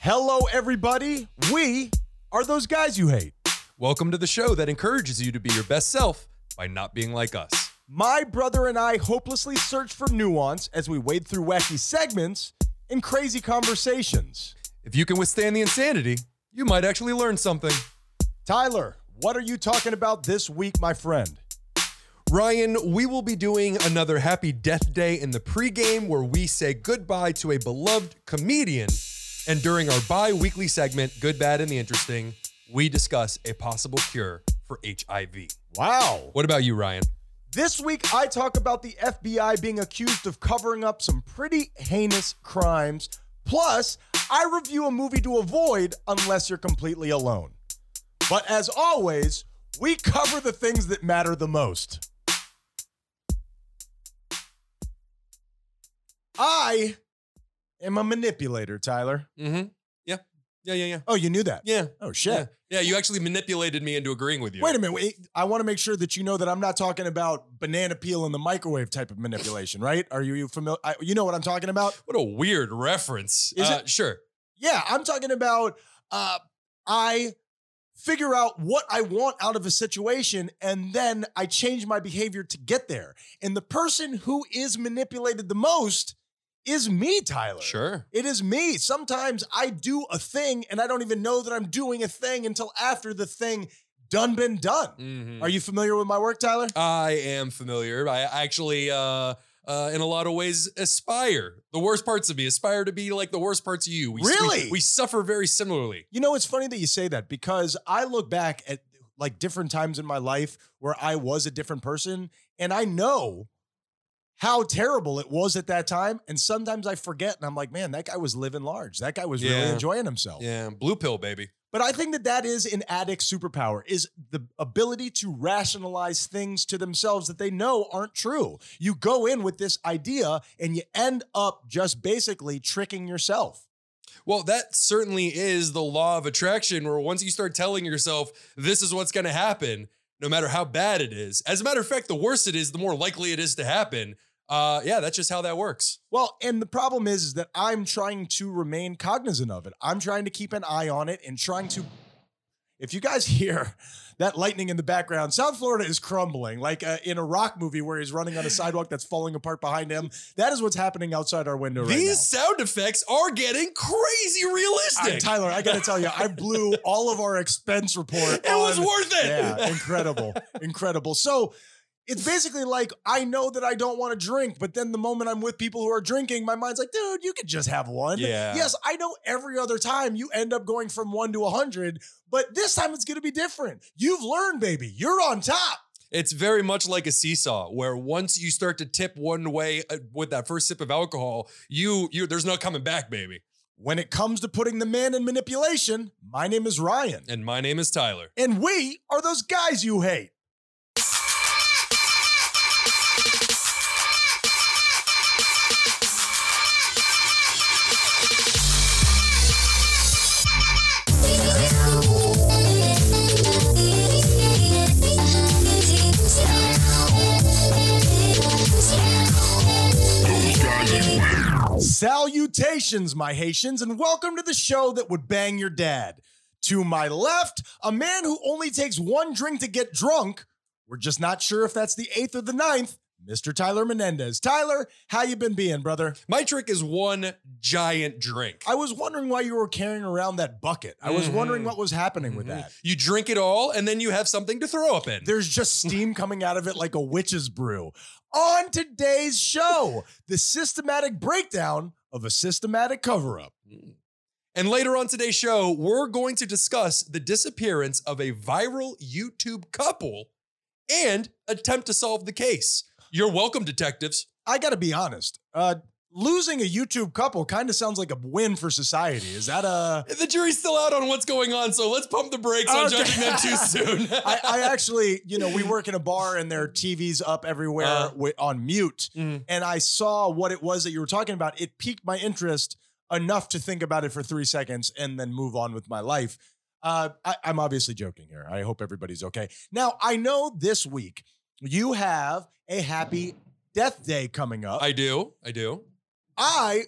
Hello, everybody. We are those guys you hate. Welcome to the show that encourages you to be your best self by not being like us. My brother and I hopelessly search for nuance as we wade through wacky segments and crazy conversations. If you can withstand the insanity, you might actually learn something. Tyler, what are you talking about this week, my friend? Ryan, we will be doing another Happy Death Day in the pregame where we say goodbye to a beloved comedian. And during our bi weekly segment, Good, Bad, and the Interesting, we discuss a possible cure for HIV. Wow. What about you, Ryan? This week, I talk about the FBI being accused of covering up some pretty heinous crimes. Plus, I review a movie to avoid unless you're completely alone. But as always, we cover the things that matter the most. I am a manipulator, Tyler. Mm-hmm. Yeah. Yeah, yeah, yeah. Oh, you knew that? Yeah. Oh, shit. Yeah, you actually manipulated me into agreeing with you. Wait a minute. Wait, I want to make sure that you know that I'm not talking about banana peel in the microwave type of manipulation, right? Are you familiar? I, you know what I'm talking about? What a weird reference. Is Uh, Sure. Yeah, I'm talking about uh, I figure out what I want out of a situation and then I change my behavior to get there. And the person who is manipulated the most is me, Tyler. Sure. It is me. Sometimes I do a thing and I don't even know that I'm doing a thing until after the thing done been done. Mhm. Are you familiar with my work, Tyler? I am familiar. I actually, uh, uh, in a lot of ways, aspire the worst parts of me. Aspire to be like the worst parts of you. We, we- Really? We, suffer very similarly. You know, it's funny that you say that because I look back at like different times in my life where I was a different person and I know how terrible it was at that time. And sometimes I forget and I'm like, man, that guy was living large. That guy was really Yeah. enjoying himself. Yeah, blue pill, baby. But I think that that is an addict superpower is the ability to rationalize things to themselves that they know aren't true. You go in with this idea and you end up just basically tricking yourself. Well, that certainly is the law of attraction, where once you start telling yourself this is what's going to happen, no matter how bad it is. As a matter of fact, the worse it is, the more likely it is to happen. Uh, yeah, that's just how that works. Well, and the problem is, is that I'm trying to remain cognizant of it. I'm trying to keep an eye on it and trying to. If you guys hear that lightning in the background, South Florida is crumbling, like uh, in a rock movie where he's running on a sidewalk that's falling apart behind him. That is what's happening outside our window right now. These sound effects are getting crazy I- realistic. Tyler, I gotta tell you, I blew all of our expense report. it was on- worth it. Yeah, incredible, incredible. So it's basically like I know that I don't want to drink, but then the moment I'm with people who are drinking, my mind's like, dude, you could just have one. Yeah. Yes, I know every other time you end up going from one to a hundred, but this time it's gonna be different. You've learned, baby. You're on top. It's very much like a seesaw, where once you start to tip one way uh, with that first sip of alcohol, you you there's no coming back, baby. When it comes to putting the man in manipulation, my name is Ryan. And my name is Tyler. And we are those guys you hate. Salutations, my Haitians, and welcome to the show that would bang your dad. To my left, a man who only takes one drink to get drunk. We're just not sure if that's the eighth or the ninth. Mr. Tyler Menendez. Tyler, how you been being, brother? My trick is one giant drink. I was wondering why you were carrying around that bucket. I was Mhm. wondering what was happening with Mhm. that. You drink it all, and then you have something to throw up in. There's just steam coming out of it like a witch's brew. On today's show, the systematic breakdown of a systematic cover up. and later on today's show, we're going to discuss the disappearance of a viral YouTube couple and attempt to solve the case. You're welcome, detectives. I got to be honest. Uh, losing a YouTube couple kind of sounds like a win for society. Is that a? The jury's still out on what's going on, so let's pump the brakes on Okay. judging them too soon. I, I actually, you know, we work in a bar and there are TVs up everywhere Uh. wi- on mute, Mm. and I saw what it was that you were talking about. It piqued my interest enough to think about it for three seconds and then move on with my life. Uh, I, I'm obviously joking here. I hope everybody's okay. Now I know this week you Uh, have a happy death day coming up. I do. I do. I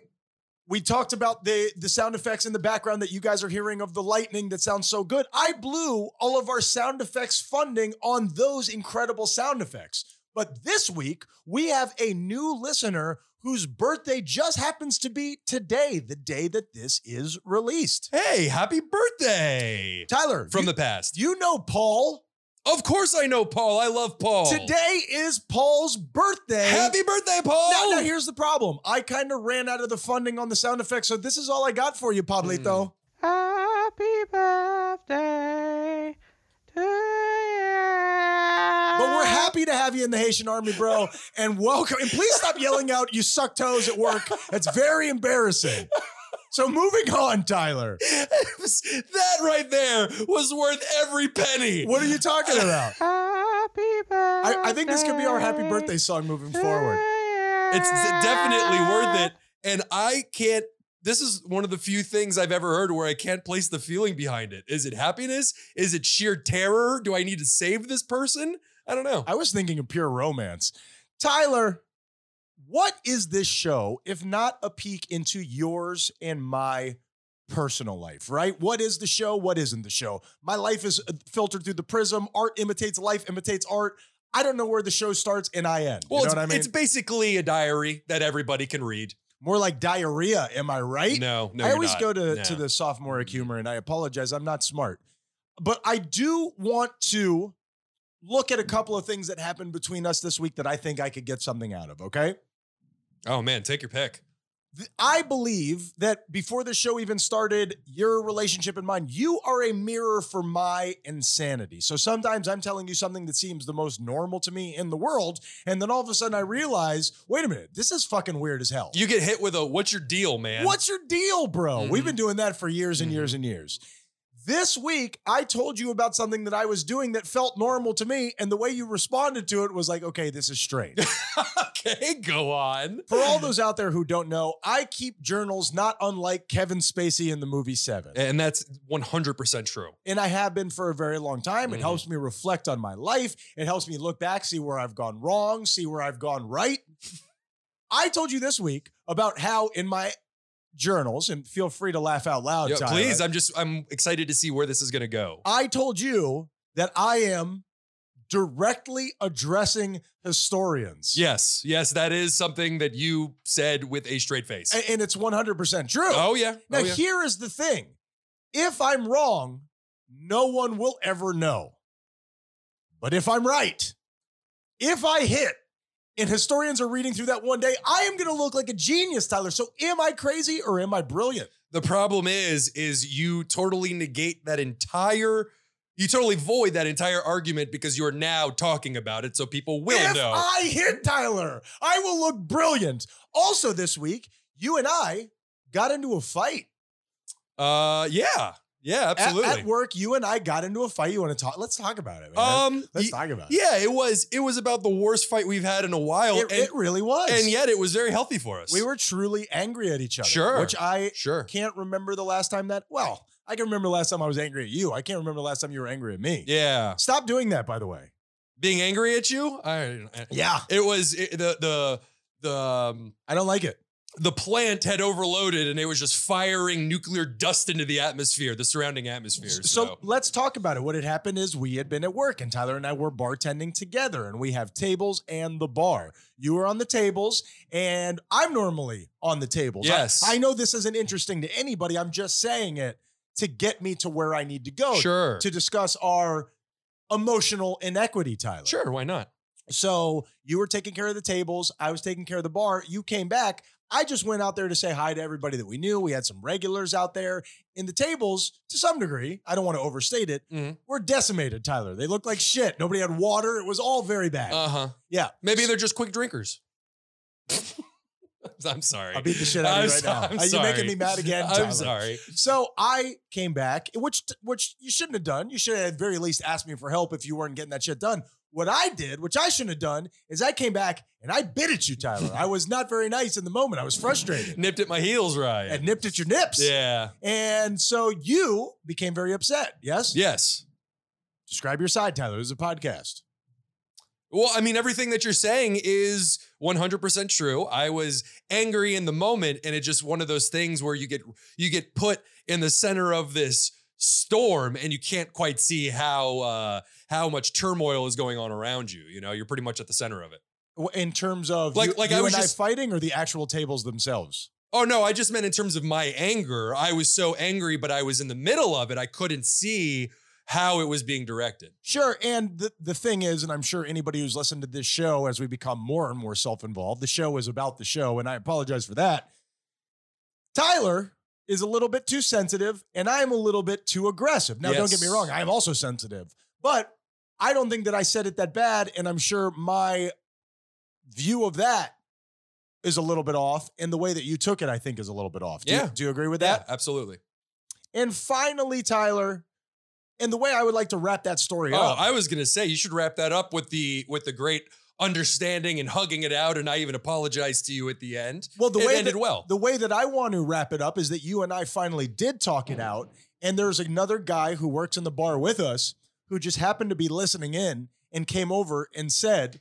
We talked about the the sound effects in the background that you guys are hearing of the lightning that sounds so good. I blew all of our sound effects funding on those incredible sound effects. But this week, we have a new listener whose birthday just happens to be today, the day that this is released. Hey, happy birthday Tyler, from you, the past. you know Paul. Of course, I know Paul. I love Paul. Today is Paul's birthday. happy birthday, Paul. Now, now here's the problem. I kind of ran out of the funding on the sound effects, so this is all I got for you, Hmm. Pablito. Happy birthday to you. But we're happy to have you in the Haitian Army, bro, and welcome. And please stop yelling out, "You suck toes" at work. That's very embarrassing. So moving on, Tyler. that right there was worth every penny. What are you talking about? Happy birthday. I, I think this could be our happy birthday song moving to forward. you. It's d- definitely worth it. And I can't. This is one of the few things I've ever heard where I can't place the feeling behind it. Is it happiness? Is it sheer terror? Do I need to save this person? I don't know. I was thinking of pure romance. Tyler, what is this show if not a peek into yours and my personal life, right? What is the show? What isn't the show? My life is uh, filtered through the prism. Art imitates life, imitates art. I don't know where the show starts and I end. Well, you know it's, what I mean? it's basically a diary that everybody can read. More like diarrhea, am I right? No, no, I you're always not. go to, No. Mm-hmm. to the sophomoric humor, and I apologize. I'm not smart. But I do want to look Mm-hmm. at a couple of things that happened between us this week that I think I could get something out of, okay? Oh man, take your pick. Th- I believe that before the show even started, your relationship and mine, you are a mirror for my insanity. So sometimes I'm telling you something that seems the most normal to me in the world. And then all of a sudden I realize, wait a minute, this is fucking weird as hell. You get hit with a "What's your deal, man?" What's your deal, bro? Mhm. We've been doing that for years and Mhm. years and years. This week, I told you about something that I was doing that felt normal to me. And the way you responded to it was like, okay, this is strange. okay, go on. for all those out there who don't know, I keep journals not unlike Kevin Spacey in the movie Seven. And that's 100% true. and I have been for a very long time. It Mhm. helps me reflect on my life. It helps me look back, see where I've gone wrong, see where I've gone right. I told you this week about how in my journals, and feel free to laugh out loud, Yeah, Oh, Tyler, please, I'm just I'm excited to see where this is going to go. I told you that I am directly addressing historians. Yes, yes, that is something that you said with a straight face. A- And, it's 100% true. oh yeah. now, oh, yeah. here is the thing if I'm wrong, no one will ever know. But if I'm right, if I hit, and historians are reading through that one day, I am going to look like a genius, Tyler. So am I crazy or am I brilliant? the problem is is you totally negate that entire you totally void that entire argument because you're now talking about it so people will if know. I hit Tyler, I will look brilliant. Also, this week, you and I got into a fight. uh yeah. Yeah, At- absolutely. At, work, you and I got into a fight. You want to talk? Let's talk about it, man. um Let's y- talk about it. yeah, it was it was about the worst fight we've had in a while It, and it really was. and yet it was very healthy for us. we were truly angry at each other. Sure. Which I sure. can't remember the last time that. Well, I can remember the last time I was angry at you. I can't remember the last time you were angry at me. Yeah. Stop doing that, by the way. Being angry at you? I, I Yeah, It was it, the the the um, I don't like it. the plant had overloaded and it was just firing nuclear dust into the atmosphere, the surrounding atmosphere. So, So let's talk about it. What had happened is we had been at work and Tyler and I were bartending together and we have tables and the bar. You were on the tables and I'm normally on the tables. I- Yes. I, know this isn't interesting to anybody. I'm just saying it to get me to where I need to go sure, to discuss our emotional inequity, Tyler. sure, why not? So you were taking care of the tables. I was taking care of the bar. You came back. I just went out there to say hi to everybody that we knew. We had some regulars out there in the tables to some degree. I don't want to overstate it. Mhm. We're decimated, Tyler. They looked like shit. Nobody had water. It was all very bad. Uh huh. yeah. Maybe they're just quick drinkers. I'm sorry. I'll beat the shit out of you I'm right so- now. I'm Are you making sorry. me mad again? Tyler? I'm sorry. So I came back, which which you shouldn't have done. You should have at very least asked me for help if you weren't getting that shit done. What I did, which I shouldn't have done, is I came back and I bit at you, Tyler. I was not very nice in the moment. I was frustrated Nipped at my heels, Ryan. and nipped at your nips. yeah. And so you became very upset. Yes. Yes. Describe your side, Tyler. This is a podcast. Well, I mean, everything that you're saying is 100% true. I was angry in the moment, and it's just one of those things where you get you get put in the center of this storm, and you can't quite see how uh, how much turmoil is going on around you. You know, you're pretty much at the center of it. W- In terms of Like- you, like I you was and just- I fighting or the actual tables themselves? Oh no, I just meant in terms of my anger. I was so angry, but I was in the middle of it. I couldn't see how it was being directed. Sure. And the, the thing is, and I'm sure anybody who's listened to this show as we become more and more self involved, the show is about the show, and I apologize for that. Tyler is a little bit too sensitive, and I'm a little bit too aggressive. Now, don't get me Yes. wrong, I am also sensitive, but I don't think that I said it that bad. And I'm sure my view of that is a little bit off, and the way that you took it, I think, is a little bit off. Do you- Yeah. do you agree with that? absolutely. And finally, Tyler, and the way I would like to wrap that story Oh, up. I was gonna say you should wrap that up with the with the great understanding and hugging it out, and I even apologized to you at the end. well, the it way ended that, well. the way that I want to wrap it up is that you and I finally did talk it out, and there's another guy who works in the bar with us who just happened to be listening in and came over and said,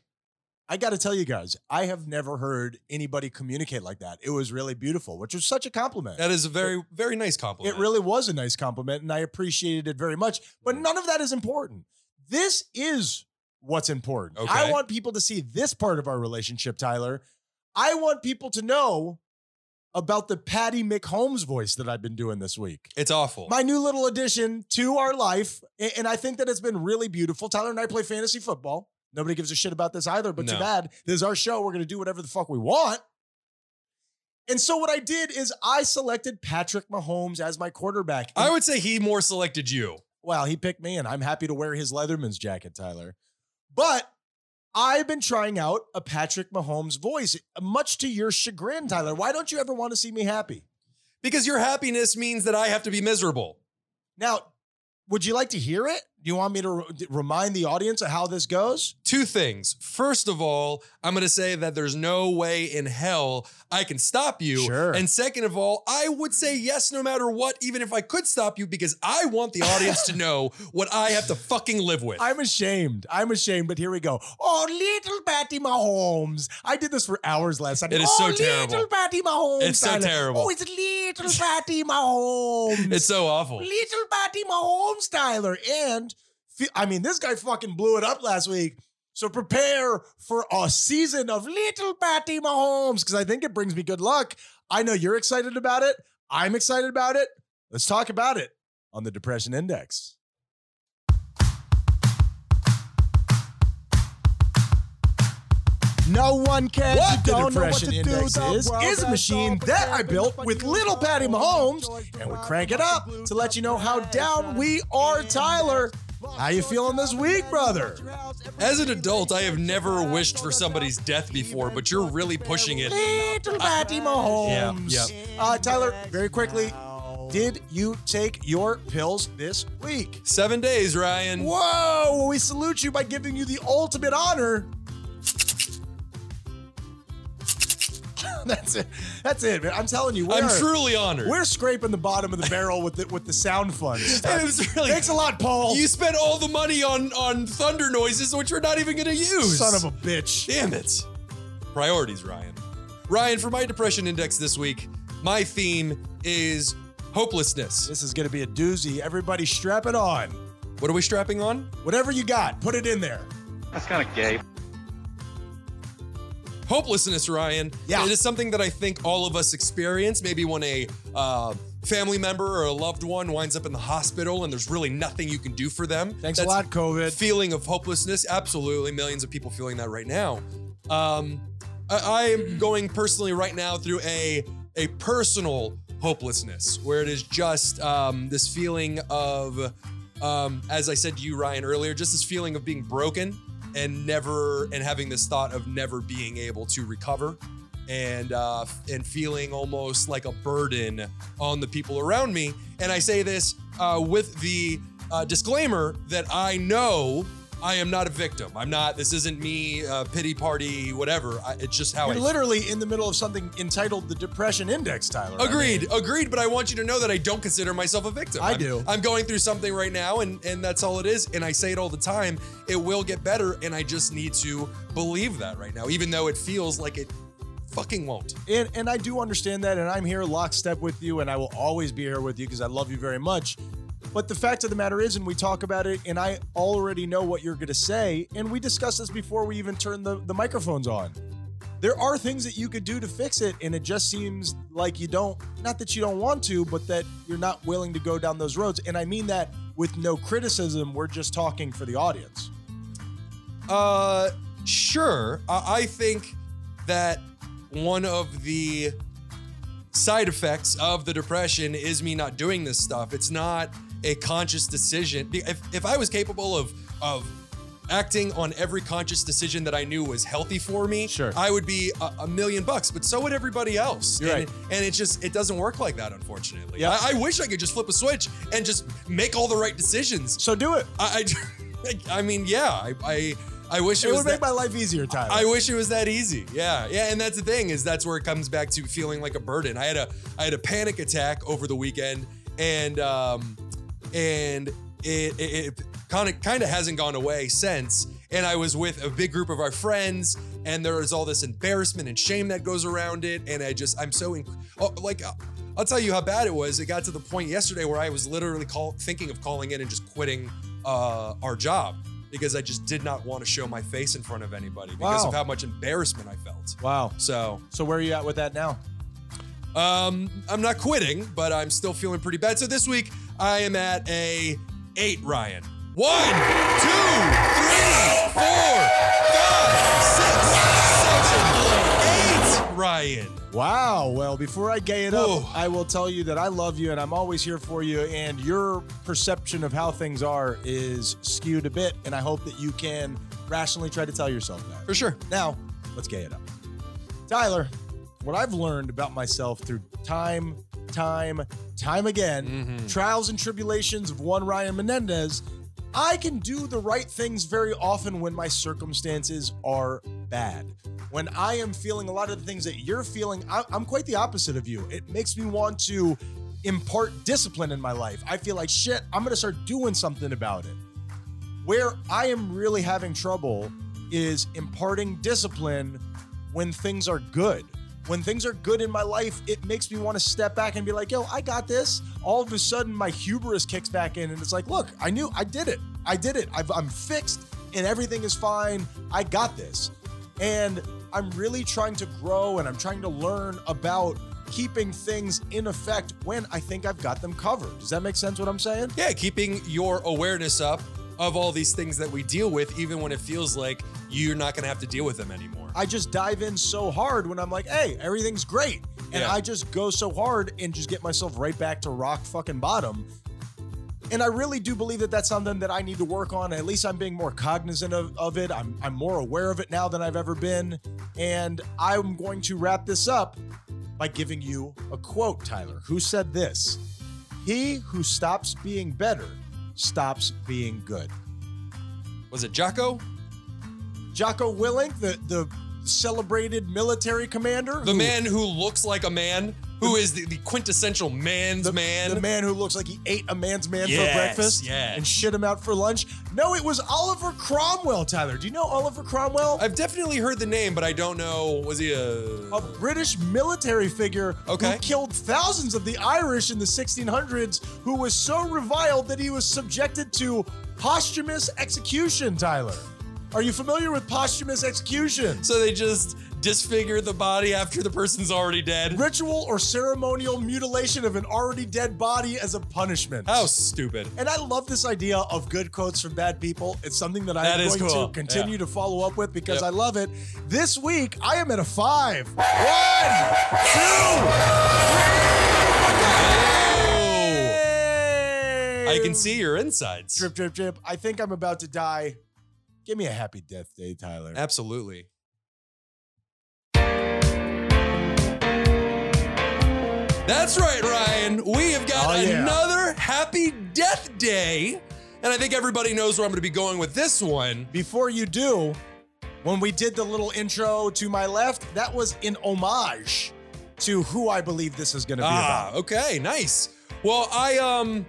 "I got to tell you guys, I have never heard anybody communicate like that. It was really beautiful," which was such a compliment. that is a very very nice compliment. It really was a nice compliment, and I appreciated it very much. But Mm. none of that is important. This is what's important. I Okay. want people to see this part of our relationship, Tyler. I want people to know about the Patty McHolmes voice that I've been doing this week. It's awful. My new little addition to our life, a- and I think that it's been really beautiful. Tyler and I play fantasy football. Nobody gives a shit about this either, but too No. bad. This is our show. We're going to do whatever the fuck we want. And so what I did is I selected Patrick Mahomes as my quarterback. And- I would say he more selected you. well, he picked me, and I'm happy to wear his Leatherman's jacket, Tyler. But I've been trying out a Patrick Mahomes voice, much to your chagrin, Tyler. Why don't you ever want to see me happy? Because your happiness means that I have to be miserable. Now, would you like to hear it? Do you want me to re- remind the audience of how this goes? Two things. First of all, I'm going to say that there's no way in hell I can stop you. Sure. And second of all, I would say yes no matter what, even if I could stop you, because I want the audience to know what I have to fucking live with. I'm ashamed. I'm ashamed, but here we go. Oh, little Patty Mahomes. I did this for hours last night. It is oh, so little terrible. Patty Mahomes. It's so Tyler. terrible. Oh, it's little Patty Mahomes. it's so awful. Little Patty Mahomes, Tyler. And fe- I mean, this guy fucking blew it up last week. So prepare for a season of Little Patty Mahomes because I think it brings me good luck. I know you're excited about it. I'm excited about it. Let's talk about it on the Depression Index. No one cares. you What the don't know what Depression to Index do. The is, world is a has machine opened that I up built and with fucking little Patty opened Mahomes, doors to and we rock crank it the up fucking to let you know how blues down we are, Tyler. How you feeling this week, brother? As an adult, I have never wished for somebody's death before, but you're really pushing it. Little Patty Mahomes. Yeah, Uh, Tyler, very quickly, did you take your pills this week? Seven days, Ryan. Whoa! Well, we salute you by giving you the ultimate honor. That's it. That's it, man. I'm telling you, we're, I'm truly honored. we're scraping the bottom of the barrel with the with the sound funds. It was really. Thanks a lot, Paul. You spent all the money on on thunder noises, which we're not even going to use. son of a bitch. Damn it. Priorities, Ryan. Ryan, for my depression index this week, my theme is hopelessness. This is gonna be a doozy. Everybody, strap it on. What are we strapping on? Whatever you got, put it in there. That's kind of gay. Hopelessness, Ryan. Yeah. It is something that I think all of us experience. Maybe when a uh, family member or a loved one winds up in the hospital and there's really nothing you can do for them. Thanks That's a lot, COVID. feeling of hopelessness. Absolutely, millions of people feeling that right now. Um, I, I am going personally right now through a a personal hopelessness where it is just um, this feeling of, um, as I said to you, Ryan, earlier, just this feeling of being broken and never and having this thought of never being able to recover and uh, and feeling almost like a burden on the people around me. And I say this uh, with the uh, disclaimer that I know I am not a victim. I'm not. This isn't me. Uh, pity party. Whatever. I, it's just how You're I. literally in the middle of something entitled the Depression Index, Tyler. I Agreed, mean, agreed. But I want you to know that I don't consider myself a victim. I I'm- do. I'm going through something right now, and and that's all it is. And I say it all the time. It will get better, and I just need to believe that right now, even though it feels like it fucking won't. and, and I do understand that, and I'm here lockstep with you, and I will always be here with you because I love you very much. But the fact of the matter is, and we talk about it, and I already know what you're going to say, and we discussed this before we even turned the, the microphones on. There are things that you could do to fix it, and it just seems like you don't, not that you don't want to, but that you're not willing to go down those roads. And I mean that with no criticism, we're just talking for the audience. Uh, sure. I, I think that one of the side effects of the depression is me not doing this stuff. It's not a conscious decision. If, if I was capable of of acting on every conscious decision that I knew was healthy for me, Sure. I would be a, a million bucks. But so would everybody else. You're and, right. and it just it doesn't work like that, unfortunately. Yeah. I, I wish I could just flip a switch and just make all the right decisions. So do it. I, I, I mean, yeah, I, I, I wish it, It was. would make That, my life easier, Tyler. I wish it was that easy. Yeah, yeah, and that's the thing is that's where it comes back to feeling like a burden. I had a, I had a panic attack over the weekend, and um, and it, it, it kind of kind of hasn't gone away since. And I was with a big group of our friends, and there is all this embarrassment and shame that goes around it. And I just, I'm so, inc- oh, like, uh, I'll tell you how bad it was. It got to the point yesterday where I was literally call, thinking of calling in and just quitting uh, our job because I just did not want to show my face in front of anybody because Wow. of how much embarrassment I felt. wow. So So where are you at with that now? um, I'm not quitting, but I'm still feeling pretty bad. So this week I am at a eight, Ryan. One, two, three, four, five, six, seven, eight, Ryan. Wow. Well, before I gay it up, Whoa. I will tell you that I love you and I'm always here for you. And your perception of how things are is skewed a bit. And I hope that you can rationally try to tell yourself that. For sure. Now, let's gay it up. Tyler, what I've learned about myself through time, time, time again, Mhm. trials and tribulations of one Ryan Menendez, I can do the right things very often when my circumstances are bad. When I am feeling a lot of the things that you're feeling, I- I'm quite the opposite of you. It makes me want to impart discipline in my life. I feel like shit, I'm gonna start doing something about it. Where I am really having trouble is imparting discipline when things are good. When things are good in my life, it makes me want to step back and be like, yo, I got this. All of a sudden, my hubris kicks back in, and it's like, look, I knew I did it. I did it. I've, I'm fixed, and everything is fine. I got this. And I'm really trying to grow and I'm trying to learn about keeping things in effect when I think I've got them covered. Does that make sense what I'm saying? Yeah, keeping your awareness up of all these things that we deal with, even when it feels like you're not going to have to deal with them anymore. I just dive in so hard when I'm like, hey, everything's great. And Yeah. I just go so hard and just get myself right back to rock fucking bottom. And I really do believe that that's something that I need to work on. At least I'm being more cognizant of, of it. I'm, I'm more aware of it now than I've ever been. And I'm going to wrap this up by giving you a quote, Tyler, who said this He who stops being better stops being good. Was it Jocko? Jocko Willink, the, the celebrated military commander, The who- man who looks like a man, who is the, the quintessential man's the man. the man who looks like he ate a man's man Yes, for breakfast yes. and shit him out for lunch. No, it was Oliver Cromwell, Tyler. Do you know Oliver Cromwell? I've definitely heard the name, but I don't know. Was he a? a British military figure Okay. who killed thousands of the Irish in the 1600s, who was so reviled that he was subjected to posthumous execution, Tyler. Are you familiar with posthumous execution? so they just disfigure the body after the person's already dead. Ritual or ceremonial mutilation of an already dead body as a punishment. How stupid! And I love this idea of good quotes from bad people. It's something that I'm That is going cool. to continue to follow up with because Yep. I love it. This week, I am at a five. One, two. Oh, I I can see your insides. Drip, drip, drip. I think I'm about to die. Give me a happy death day, Tyler. Absolutely. That's right, Ryan. We have got Oh, yeah. another happy death day. And I think everybody knows where I'm going to be going with this one. Before you do, when we did the little intro to my left, that was in homage to who I believe this is going to be Ah, about. okay, nice. Well, I um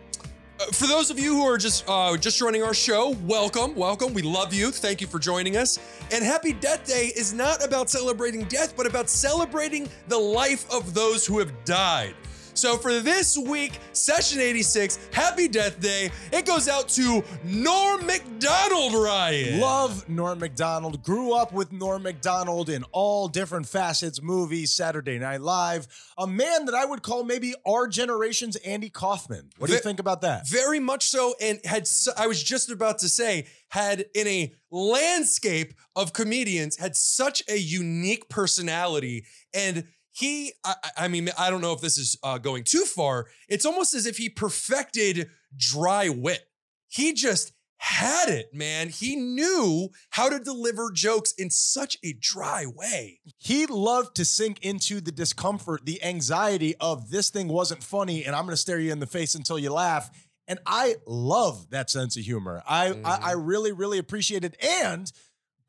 uh, for those of you who are just uh just joining our show, welcome, welcome. We love you. Thank you for joining us. And Happy Death Day is not about celebrating death, but about celebrating the life of those who have died. So for this week, Session 86, Happy Death Day, it goes out to Norm McDonald Ryan. Love Norm MacDonald. Grew up with Norm MacDonald in all different facets movies, Saturday Night Live. A man that I would call maybe our generation's Andy Kaufman. What do you Ve- think about that? Very much so, and had su- I was just about to say had in a landscape of comedians had such a unique personality, and he, I, I- I mean, I don't know if this is uh, going too far. It's almost as if he perfected dry wit. He just had it, man. He knew how to deliver jokes in such a dry way. He loved to sink into the discomfort, the anxiety of this thing wasn't funny, and I'm going to stare you in the face until you laugh. And I love that sense of humor. I I, Mhm. I really really appreciate it. And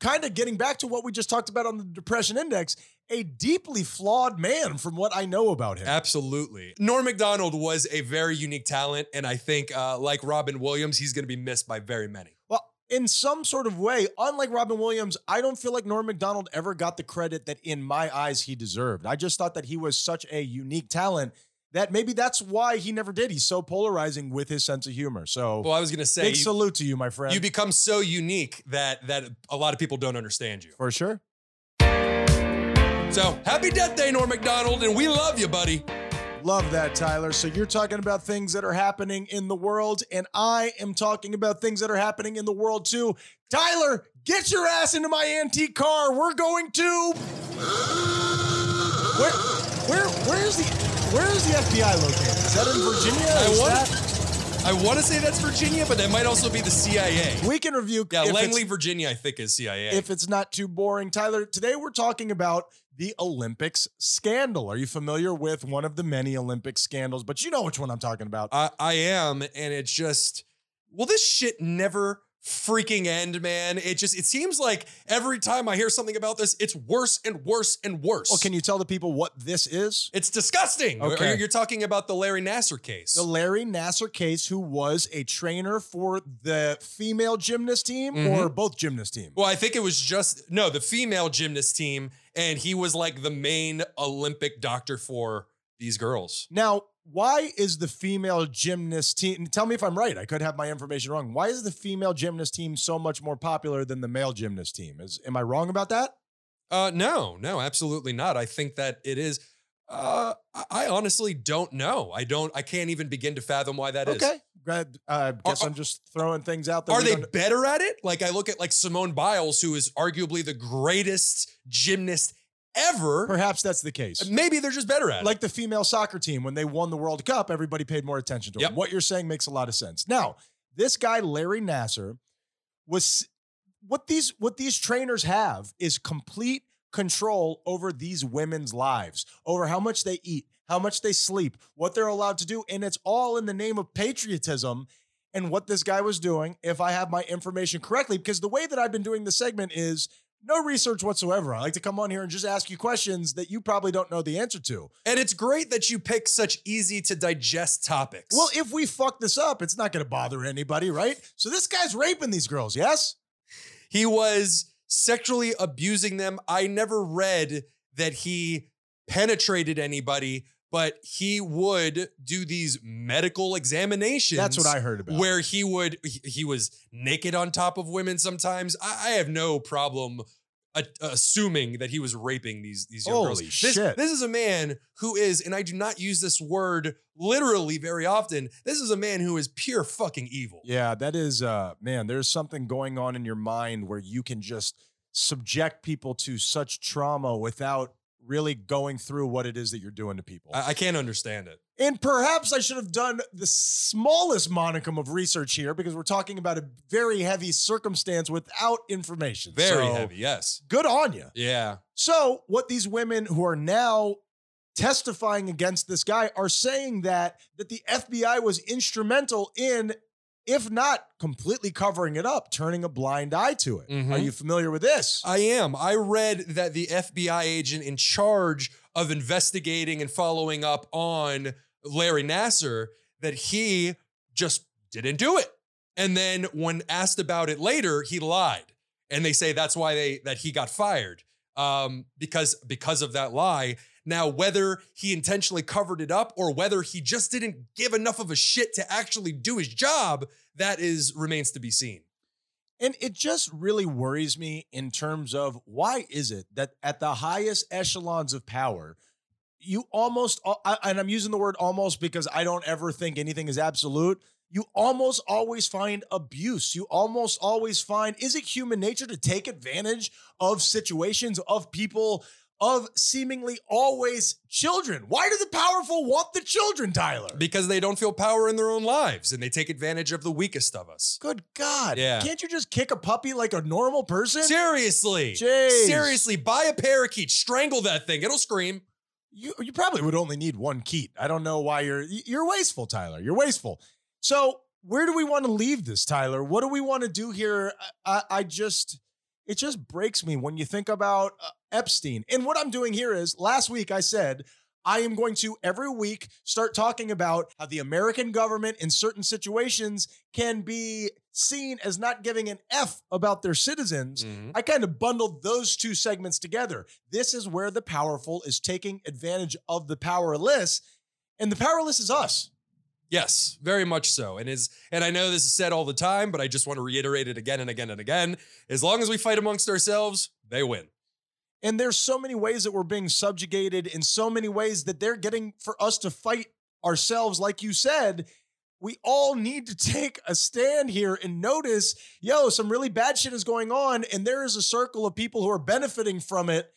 kind of getting back to what we just talked about on the depression index, a deeply flawed man from what I know about him. Absolutely. Norm MacDonald was a very unique talent, and I think, uh, like Robin Williams, he's going to be missed by very many. Well, in some sort of way, unlike Robin Williams, I don't feel like Norm MacDonald ever got the credit that, in my eyes, he deserved. I just thought that he was such a unique talent that maybe that's why he never did. He's so polarizing with his sense of humor. So, Well, I was going to say, big you, salute to you, my friend. you become so unique that that a lot of people don't understand you. for sure. So, happy death day, Norm McDonald, and we love you, buddy. Love that, Tyler. So, you're talking about things that are happening in the world, and I am talking about things that are happening in the world too. Tyler, get your ass into my antique car. We're going to. Where, where, where's the, where is the FBI located? Is that in Virginia? I Is want- that- I want to say that's Virginia, but that might also be the CIA. we can review. Yeah, if Langley, It's, Virginia, I think is CIA. if it's not too boring, Tyler. Today we're talking about the Olympics scandal. Are you familiar with one of the many Olympic scandals? But you know which one I'm talking about. I, I am, and it's just will this shit never freaking end, man? It just it seems like every time I hear something about this, it's worse and worse and worse. Well, can you tell the people what this is? it's disgusting. Okay. You're- You're talking about the Larry Nasser case. The Larry Nasser case, who was a trainer for the female gymnast team or Mm-hmm. both gymnast team. Well, I think it was just no, the female gymnast team, and he was like the main Olympic doctor for these girls. Now, why is the female gymnast team? Tell me if I'm right. I could have my information wrong. Why is the female gymnast team so much more popular than the male gymnast team? Is am I wrong about that? Uh, no, no, absolutely not. I think that it is. Uh, I- I honestly don't know. I don't. I can't even begin to fathom why that is. Okay. Glad- uh, I guess Are- I'm just throwing things out there. Are we they don't- better at it? Like I look at like Simone Biles, who is arguably the greatest gymnast ever. Perhaps that's the case. Maybe they're just better at it. like the female soccer team when they won the World Cup, everybody paid more attention to Yep. them. What you're saying makes a lot of sense. Now, this guy Larry Nasser was what these what these trainers have is complete control over these women's lives, over how much they eat, how much they sleep, what they're allowed to do, and it's all in the name of patriotism. And what this guy was doing, if I have my information correctly, because the way that I've been doing the segment is no research whatsoever. I like to come on here and just ask you questions that you probably don't know the answer to. and it's great that you pick such easy to digest topics. Well, if we fuck this up, it's not going to bother anybody, right? So this guy's raping these girls, yes? He was sexually abusing them. I never read that he penetrated anybody, but he would do these medical examinations. That's what I heard about. Where he would, he, he was naked on top of women sometimes. I, I have no problem a- assuming that he was raping these these young girls. Holy This, shit. this is a man who is, and I do not use this word literally very often. This is a man who is pure fucking evil. yeah, that is, uh, man, there's something going on in your mind where you can just subject people to such trauma without really going through what it is that you're doing to people. I, I can't understand it. and perhaps I should have done the smallest monicum of research here because we're talking about a very heavy circumstance without information. Very So, heavy. Yes. Good on you. Yeah. So, what these women who are now testifying against this guy are saying that that the FBI was instrumental in if not completely covering it up, turning a blind eye to it. Mhm. Are you familiar with this? I am. I read that the FBI agent in charge of investigating and following up on Larry Nasser that he just didn't do it. And then when asked about it later, he lied. And they say that's why they that he got fired um, because because of that lie. Now, whether he intentionally covered it up or whether he just didn't give enough of a shit to actually do his job, that is remains to be seen. And it just really worries me in terms of why is it that at the highest echelons of power, you almost, al- I- and I'm using the word almost because I don't ever think anything is absolute. You almost always find abuse. You almost always find, is it human nature to take advantage of situations, of people, of seemingly always children? Why do the powerful want the children, Tyler? Because they don't feel power in their own lives and they take advantage of the weakest of us. Good God. Yeah. Can't you just kick a puppy like a normal person? Seriously. Jeez. Seriously, buy a parakeet, strangle that thing. It'll scream. you you probably would only need one keat. I don't know why you're you're wasteful, Tyler. You're wasteful. So where do we want to leave this, Tyler? What do we want to do here? I, I I just it just breaks me when you think about uh, Epstein. And what I'm doing here is last week I said I am going to every week start talking about how the American government in certain situations can be seen as not giving an F about their citizens. I kind of bundled those two segments together. This is where the powerful is taking advantage of the powerless, and the powerless is us. Yes, very much so. And is and I know this is said all the time, but I just want to reiterate it again and again and again. As long as we fight amongst ourselves, they win. And there's so many ways that we're being subjugated, in so many ways that they're getting for us to fight ourselves, like you said. We all need to take a stand here and notice, yo, some really bad shit is going on, and there is a circle of people who are benefiting from it,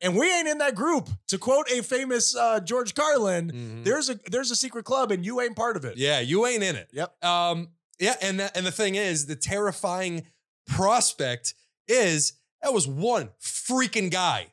and we ain't in that group. To quote a famous uh, George Carlin, there's a there's a secret club, and you ain't part of it. Mm-hmm. Yeah, you ain't in it. Yep. Um, yeah, and that, and the thing is, the terrifying prospect is that was one freaking guy.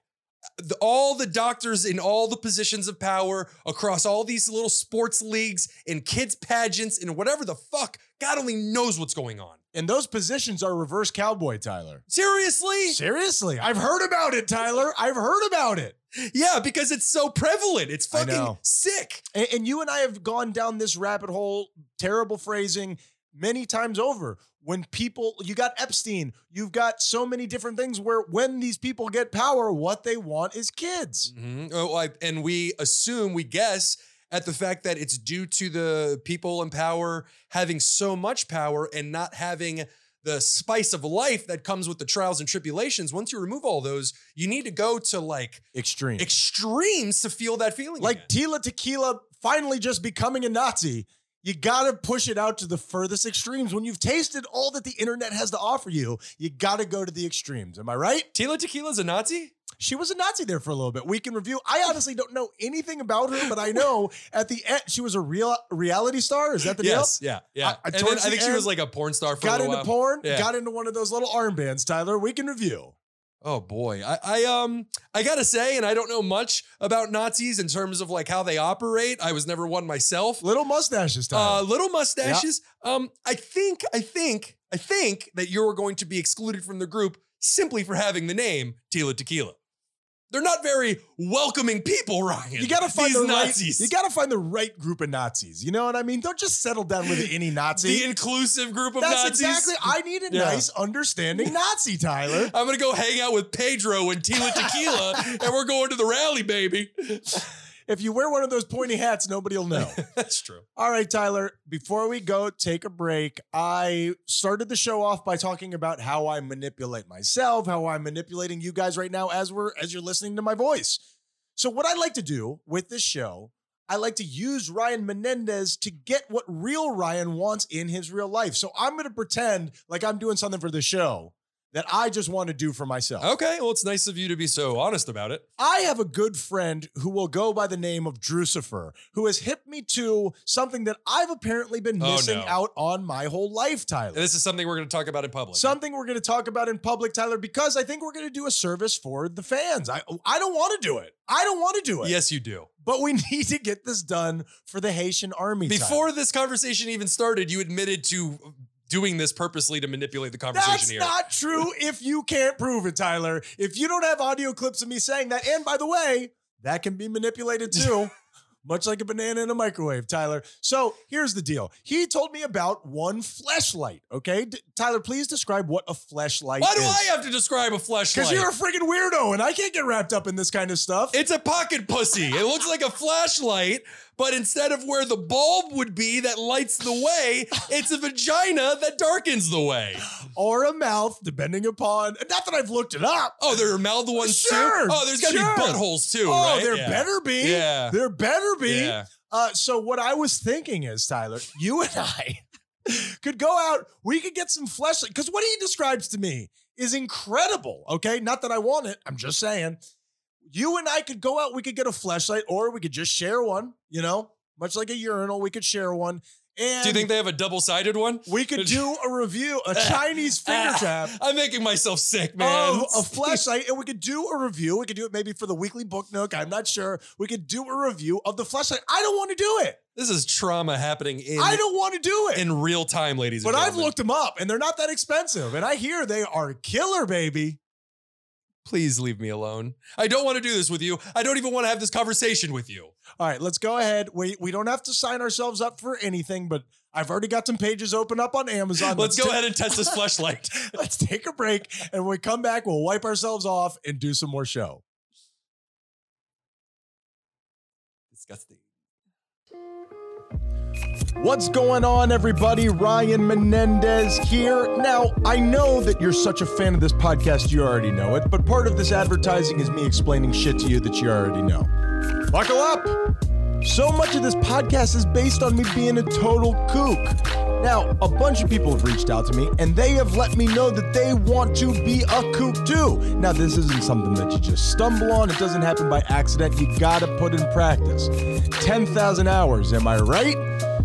The- all the doctors in all the positions of power across all these little sports leagues and kids pageants and whatever the fuck, God only knows what's going on. And those positions are reverse cowboy, Tyler. Seriously? Seriously, I've heard about it, Tyler. I've heard about it. Yeah, because it's so prevalent. It's I fucking know. sick. And, and you and I have gone down this rabbit hole, terrible phrasing, many times over. When people, you got Epstein, you've got so many different things where when these people get power, what they want is kids. Mhm. Oh, I, and we assume, we guess at the fact that it's due to the people in power having so much power and not having the spice of life that comes with the trials and tribulations. Once you remove all those, you need to go to like Extreme. extremes to feel that feeling. Hmm. like again. Tila Tequila finally just becoming a Nazi. You gotta push it out to the furthest extremes. When you've tasted all that the internet has to offer you, you gotta go to the extremes. Am I right? Tila Tequila's a Nazi? She was a Nazi there for a little bit. We can review. I honestly don't know anything about her, but I know at the end she was a real reality star. Is that the yes. Yeah. I- Yeah. I and then towards I think the she was end, like a porn star deal? for Got a into little while. porn. Yeah. Got into one of those little armbands, Tyler. We can review. Oh boy, I, I um I gotta say, and I don't know much about Nazis in terms of like how they operate. I was never one myself. Little mustaches, Uh, Tyler. little mustaches. Um, I think, I think, I think that you're going to be excluded from the group simply for having the name Tila Tequila. They're not very welcoming people, Ryan. you gotta find these the Nazis. Right, you gotta find the right group of Nazis. You know what I mean? Don't just settle down with any Nazi. the inclusive group of That's Nazis. exactly. I need a Yeah. nice, understanding Nazi, Tyler. I'm gonna go hang out with Pedro and Tila Tequila, and we're going to the rally, baby. If you wear one of those pointy hats, nobody'll know. That's true. All right, Tyler, before we go take a break, I started the show off by talking about how I manipulate myself, how I'm manipulating you guys right now as we're as you're listening to my voice. So what I like to do with this show, I like to use Ryan Menendez to get what real Ryan wants in his real life. So I'm going to pretend like I'm doing something for the show that I just want to do for myself. Okay, well, it's nice of you to be so honest about it. I have a good friend who will go by the name of Drucifer, who has hit me to something that I've apparently been Oh, missing no. out on my whole life, Tyler. And this is something we're going to talk about in public. Something we're going to talk about in public, Tyler, because I think we're going to do a service for the fans. I I don't want to do it. I don't want to do it. yes, you do. But we need to get this done for the Haitian army. Tyler. Before this conversation even started, you admitted to doing this purposely to manipulate the conversation That's here. not true if you can't prove it, Tyler. If you don't have audio clips of me saying that, and by the way, that can be manipulated too, much like a banana in a microwave, Tyler. So here's the deal. He told me about one fleshlight, okay? D- Tyler, please describe what a fleshlight Why do is. I have to describe a flashlight? Because you're a freaking weirdo and I can't get wrapped up in this kind of stuff. It's a pocket pussy. It looks like a flashlight, but instead of where the bulb would be that lights the way, it's a vagina that darkens the way. or a mouth, depending upon. Not that I've looked it up. Oh, there are mouth ones Sure, too. Oh, there's gotta sure. be buttholes too, oh, right? there Yeah. better be. Yeah. There better be. Yeah. Uh, so what I was thinking is, Tyler, you and I could go out. We could get some flesh because what he describes to me is incredible. Okay, not that I want it. I'm just saying. You and I could go out. We could get a flashlight, or we could just share one. You know, much like a urinal, we could share one. And Do you think they have a double-sided one? we could do a review, a Chinese finger Ah, trap? I'm making myself sick, man. of a flashlight, and we could do a review. We could do it maybe for the weekly book nook. I'm not sure. We could do a review of the flashlight. I don't want to do it. This is trauma happening in I don't want to do it. in real time, ladies. but and I've gentlemen. looked them up, and they're not that expensive. And I hear they are killer, baby. Please leave me alone. I don't want to do this with you. I don't even want to have this conversation with you. All right, let's go ahead. We we don't have to sign ourselves up for anything, but I've already got some pages open up on Amazon. Let's go ta- ahead and test this flashlight. Let's take a break, and when we come back, we'll wipe ourselves off and do some more show. Disgusting. What's going on, everybody? Ryan Menendez here. Now, I know that you're such a fan of this podcast, you already know it, but part of this advertising is me explaining shit to you that you already know. Buckle up! So much of this podcast is based on me being a total kook. Now, a bunch of people have reached out to me and they have let me know that they want to be a kook too. Now, this isn't something that you just stumble on, it doesn't happen by accident. You gotta put in practice. 10,000 hours, am I right?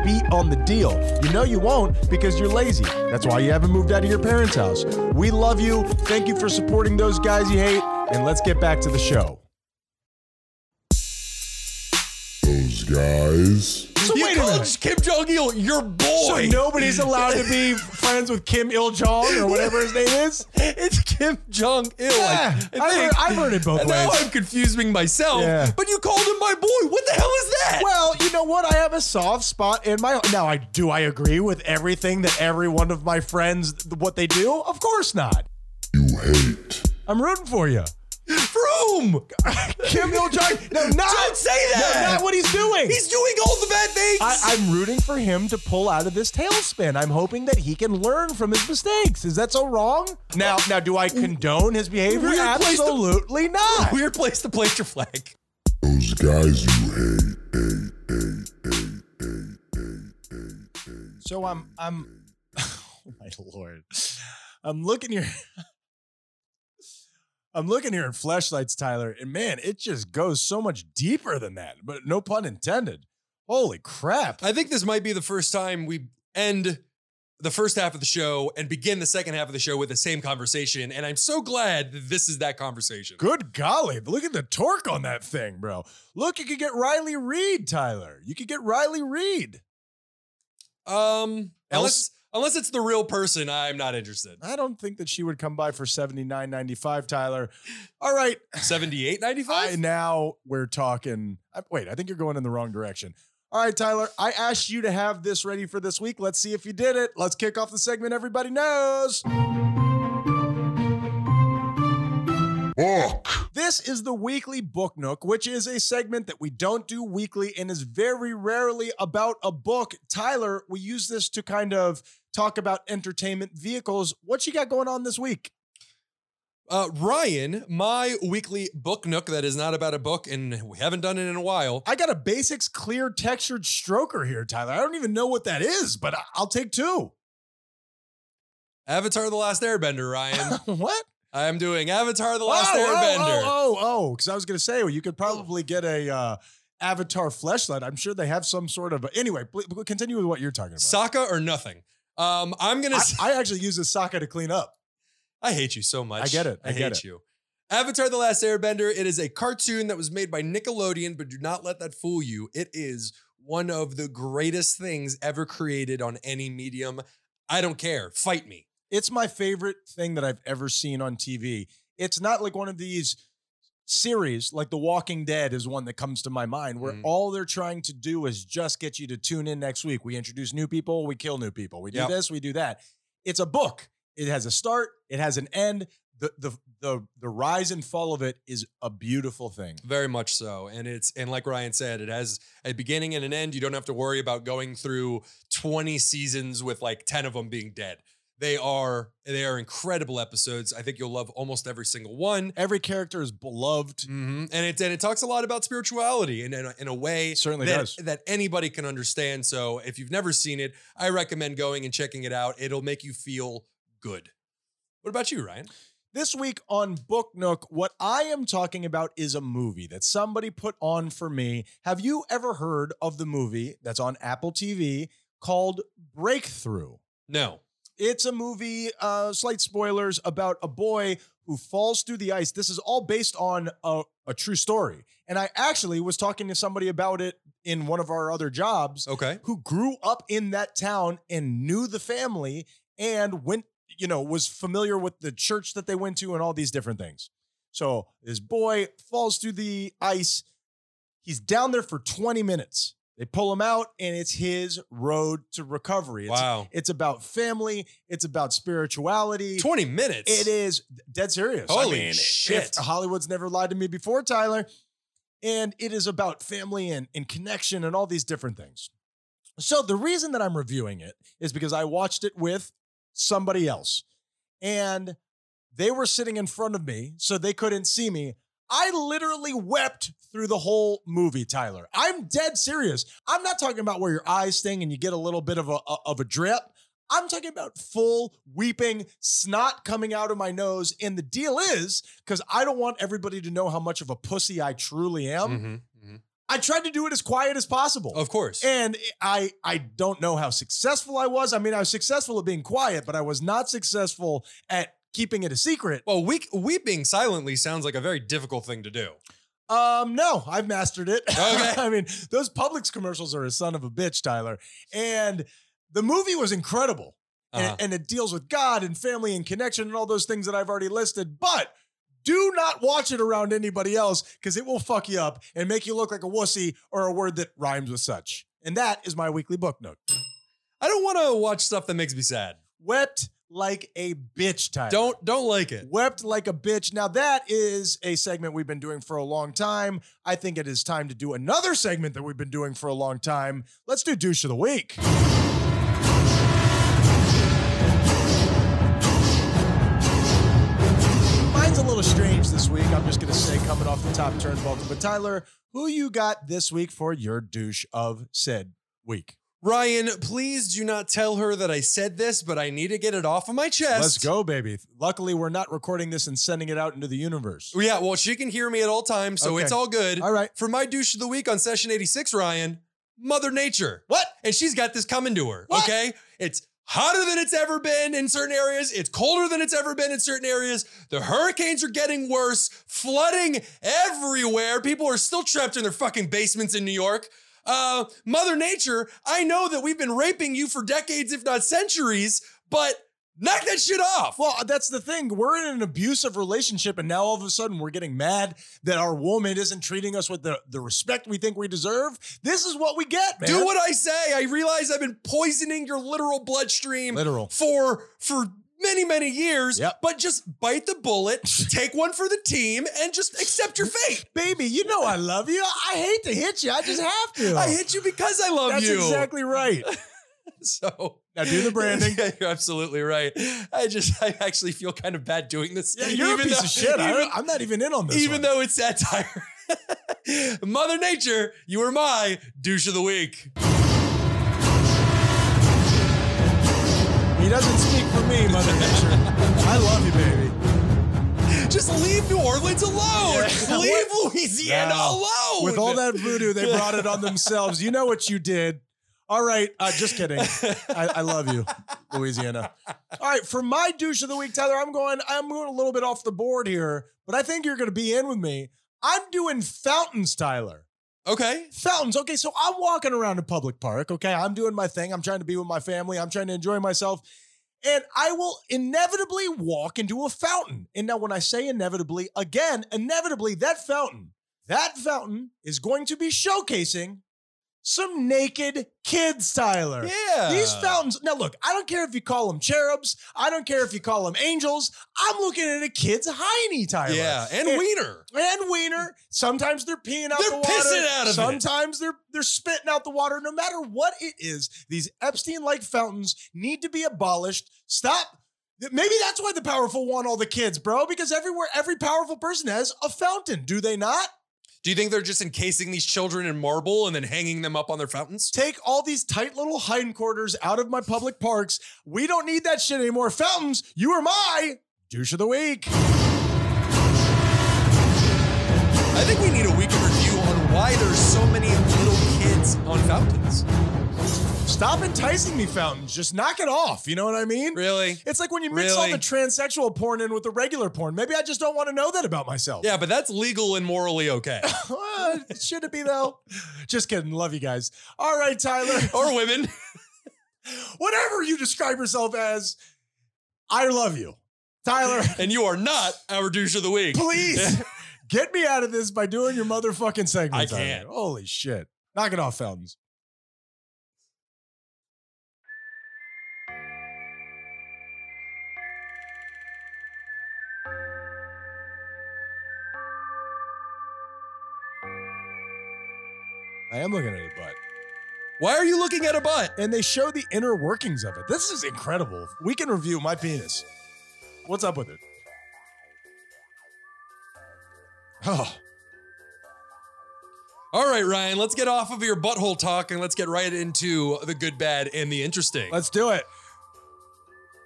beat on the deal. You know you won't because you're lazy. That's why you haven't moved out of your parents' house. We love you. Thank you for supporting those guys you hate, and let's get back to the show. Those guys. So you called Kim Jong Il your boy. So nobody's allowed to be friends with Kim Il Jong or whatever his name is. it's Kim Jong Il. Yeah, I've heard- I've heard it both Now ways. I'm confusing myself. Yeah. But you called him my boy. What the hell is that? Well, you know what? I have a soft spot in my now. I do. I agree with everything that every one of my friends what they do. Of course not. You hate. I'm rooting for you, From Kim Il Jong. No, not Don't say that! No, not what he's doing. he's doing all the bad things. I, I'm rooting for him to pull out of this tailspin. I'm hoping that he can learn from his mistakes. Is that so wrong? Now, now, do I condone his behavior? Weird place to- Absolutely not. Weird place to place your flag. Those guys you hate. Hate, hate, hate, hate, hate, hate, hate. So I'm I'm oh my lord. I'm looking here. I'm looking here at flashlights, Tyler, and man, it just goes so much deeper than that. But no pun intended. Holy crap. I think this might be the first time we end the first half of the show and begin the second half of the show with the same conversation. And I'm so glad that this is that conversation. Good golly, look at the torque on that thing, bro. Look, you could get Riley Reed, Tyler. You could get Riley Reed. Um, unless Else- unless it's the real person, I'm not interested. I don't think that she would come by for seventy nine ninety five, Tyler. All right, Seventy eight ninety I, five. now we're talking. I- wait, I think you're going in the wrong direction. All right, Tyler, I asked you to have this ready for this week. Let's see if you did it. Let's kick off the segment everybody knows. Fuck! This is the weekly book nook, which is a segment that we don't do weekly and is very rarely about a book. Tyler, we use this to kind of talk about entertainment vehicles. What you got going on this week? Uh, Ryan, my weekly book nook that is not about a book, and we haven't done it in a while. I got a basics clear textured stroker here, Tyler. I don't even know what that is, but I- I'll take two. Avatar: The Last Airbender. Ryan, what? I'm doing Avatar: The Last oh, Airbender. Oh, oh, oh, because I was going to say, well, you could probably get a uh, Avatar fleshlight. I'm sure they have some sort of. Anyway, pl- pl- continue with what you're talking about. Sokka or nothing. Um, I'm gonna. I, s- I actually use this socket to clean up. I hate you so much. I get it. I, I get hate you. Avatar The Last Airbender. It is a cartoon that was made by Nickelodeon, but do not let that fool you. It is one of the greatest things ever created on any medium. I don't care. Fight me. It's my favorite thing that I've ever seen on TV. It's not like one of these series, like The Walking Dead is one that comes to my mind, where Mhm. all they're trying to do is just get you to tune in next week. We introduce new people, we kill new people, we do Yep. this, we do that. It's a book. It has a start, it has an end. The the the the rise and fall of it is a beautiful thing. Very much so. And it's and like Ryan said, it has a beginning and an end. You don't have to worry about going through 20 seasons with like 10 of them being dead. They are they are incredible episodes. I think you'll love almost every single one. Every character is beloved. hmm And it and it talks a lot about spirituality and in a, in a way It certainly that, does. that anybody can understand. So if you've never seen it, I recommend going and checking it out. It'll make you feel good. What about you, Ryan? This week on Book Nook, what I am talking about is a movie that somebody put on for me. Have you ever heard of the movie that's on Apple TV called Breakthrough? No. It's a movie, uh, slight spoilers, about a boy who falls through the ice. This is all based on a, a true story. And I actually was talking to somebody about it in one of our other jobs Okay. who grew up in that town and knew the family and went, you know, was familiar with the church that they went to and all these different things. So this boy falls through the ice. He's down there for 20 minutes. They pull him out, and it's his road to recovery. It's, wow. it's about family, it's about spirituality. 20 minutes. It is dead serious. Holy if shit. Hollywood's never lied to me before, Tyler. And it is about family and, and connection and all these different things. So the reason that I'm reviewing it is because I watched it with somebody else. And they were sitting in front of me, so they couldn't see me. I literally wept through the whole movie, Tyler. I'm dead serious. I'm not talking about where your eyes sting and you get a little bit of a of a drip. I'm talking about full weeping, snot coming out of my nose. And the deal is, because I don't want everybody to know how much of a pussy I truly am, Mhm, mhm. I tried to do it as quiet as possible. Of course. And I I don't know how successful I was. I mean, I was successful at being quiet, but I was not successful at keeping it a secret. well, we, weeping silently sounds like a very difficult thing to do. Um, no, I've mastered it. Okay. I mean, those Publix commercials are a son of a bitch, Tyler. And the movie was incredible. Uh-huh. and, and it deals with God and family and connection and all those things that I've already listed. But do not watch it around anybody else because it will fuck you up and make you look like a wussy or a word that rhymes with such. And that is my weekly book note. I don't want to watch stuff that makes me sad. Wept like a bitch, Tyler. Don't don't like it. Wept like a bitch. Now, that is a segment we've been doing for a long time. I think it is time to do another segment that we've been doing for a long time. Let's do douche of the week. Mine's a little strange this week. I'm just going to say, coming off the top turnbuckle. But Tyler, who you got this week for your douche of said week? Ryan, please do not tell her that I said this, but I need to get it off of my chest. Let's go, baby. Luckily, we're not recording this and sending it out into the universe. Yeah, well, she can hear me at all times, so Okay. it's all good. All right. For my douche of the week on session 86, Ryan, Mother Nature. What? And she's got this coming to her, What? okay? It's hotter than it's ever been in certain areas. It's colder than it's ever been in certain areas. The hurricanes are getting worse, flooding everywhere. People are still trapped in their fucking basements in New York. Uh, Mother Nature, I know that we've been raping you for decades, if not centuries, but knock that shit off. Well, that's the thing. We're in an abusive relationship, and now all of a sudden we're getting mad that our woman isn't treating us with the, the respect we think we deserve. This is what we get, man. Do what I say. I realize I've been poisoning your literal bloodstream Literal. for for many many years. Yep. But just bite the bullet, take one for the team, and just accept your fate. Baby, you know I love you. I hate to hit you. I just have to. I hit you because I love That's you. exactly right. So Now do the branding. Yeah, you're absolutely right. I just I actually feel kind of bad doing this. Yeah, you're a even piece though- of shit. I even- don't, I'm not even in on this. one. even though it's satire. Mother Nature, you are my douche of the week. he doesn't speak for me, Mother Nature. I love you, baby. Just leave New Orleans alone. Yeah. Leave Louisiana No. alone. With all that voodoo, they brought it on themselves. You know what you did. All right, uh, just kidding. I, I love you, Louisiana. All right, for my douche of the week, Tyler, I'm going. I'm going a little bit off the board here, but I think you're going to be in with me. I'm doing fountains, Tyler. Okay. Fountains. Okay, so I'm walking around a public park. Okay, I'm doing my thing. I'm trying to be with my family. I'm trying to enjoy myself. And I will inevitably walk into a fountain. And now, when I say inevitably, again, inevitably, that fountain, that fountain is going to be showcasing some naked kids, Tyler. Yeah. These fountains. Now, look, I don't care if you call them cherubs. I don't care if you call them angels. I'm looking at a kid's hiney, Tyler. Yeah, and And- wiener. and wiener. Sometimes they're peeing out They're the water. pissing out of it. Sometimes they're they're spitting out the water. No matter what it is, these Epstein-like fountains need to be abolished. Stop. Maybe that's why the powerful want all the kids, bro. Because everywhere, every powerful person has a fountain. Do they not? Do you think they're just encasing these children in marble and then hanging them up on their fountains? Take all these tight little hindquarters out of my public parks. We don't need that shit anymore. Fountains, you are my douche of the week. I think we need a weekend review on why there's so many little kids on fountains. Stop enticing me, fountains. Just knock it off. You know what I mean? Really? It's like when you mix all Really? the transsexual porn in with the regular porn. Maybe I just don't want to know that about myself. Yeah, but that's legal and morally okay. Uh, should it be though? just kidding. Love you guys. All right, Tyler. or women. Whatever you describe yourself as, I love you. Tyler, And you are not our douche of the week. please get me out of this by doing your motherfucking segment. I Tyler. can't. Holy shit. Knock it off, Fountains. I am looking at a butt. Why are you looking at a butt? And they show the inner workings of it. This is incredible. We can review my penis. What's up with it? Oh, All right, Ryan, let's get off of your butthole talk and let's get right into the good, bad, and the interesting. let's do it.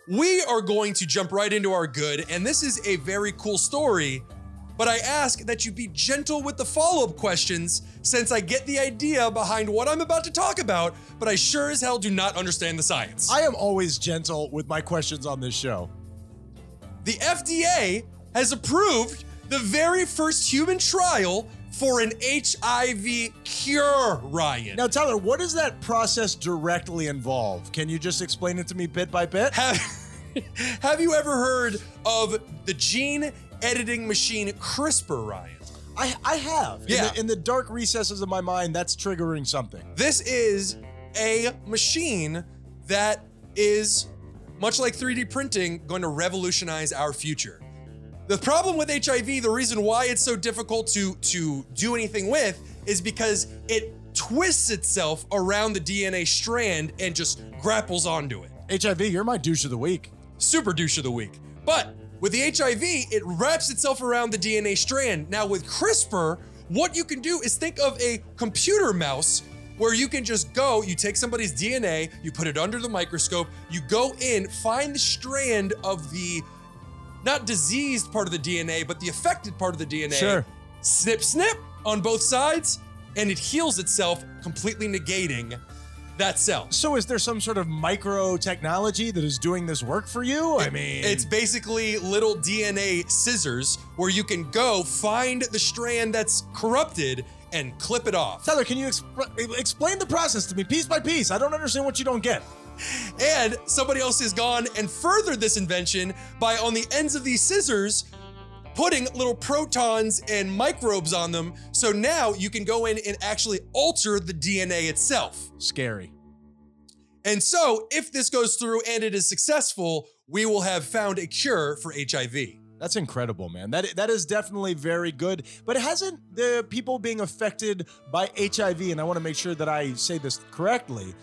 We are going to jump right into our good, and this is a very cool story. But I ask that you be gentle with the follow up questions since I get the idea behind what I'm about to talk about, but I sure as hell do not understand the science. I am always gentle with my questions on this show. the FDA has approved the very first human trial for an HIV cure, Ryan. Now, Tyler, what does that process directly involve? Can you just explain it to me bit by bit? Have, have you ever heard of the gene editing machine CRISPR, Ryan? I, I have. Yeah. In the, in the dark recesses of my mind, that's triggering something. This is a machine that is, much like 3D printing, going to revolutionize our future. The problem with HIV, the reason why it's so difficult to, to do anything with, is because it twists itself around the DNA strand and just grapples onto it. HIV, you're my douche of the week. super douche of the week. But with the HIV, it wraps itself around the DNA strand. Now with CRISPR, what you can do is think of a computer mouse where you can just go, you take somebody's DNA, you put it under the microscope, you go in, find the strand of the not diseased part of the DNA, but the affected part of the DNA. Sure. Snip, snip on both sides, and it heals itself, completely negating that cell. So is there some sort of micro technology that is doing this work for you? I mean, It's basically little DNA scissors where you can go find the strand that's corrupted and clip it off. Tyler, can you expl- explain the process to me piece by piece? I don't understand what you don't get. And somebody else has gone and furthered this invention by on the ends of these scissors putting little protons and microbes on them. So now you can go in and actually alter the DNA itself. Scary. And so, if this goes through and it is successful, we will have found a cure for HIV. That's incredible, man. That that is definitely very good. But hasn't the people being affected by HIV, and I want to make sure that I say this correctly,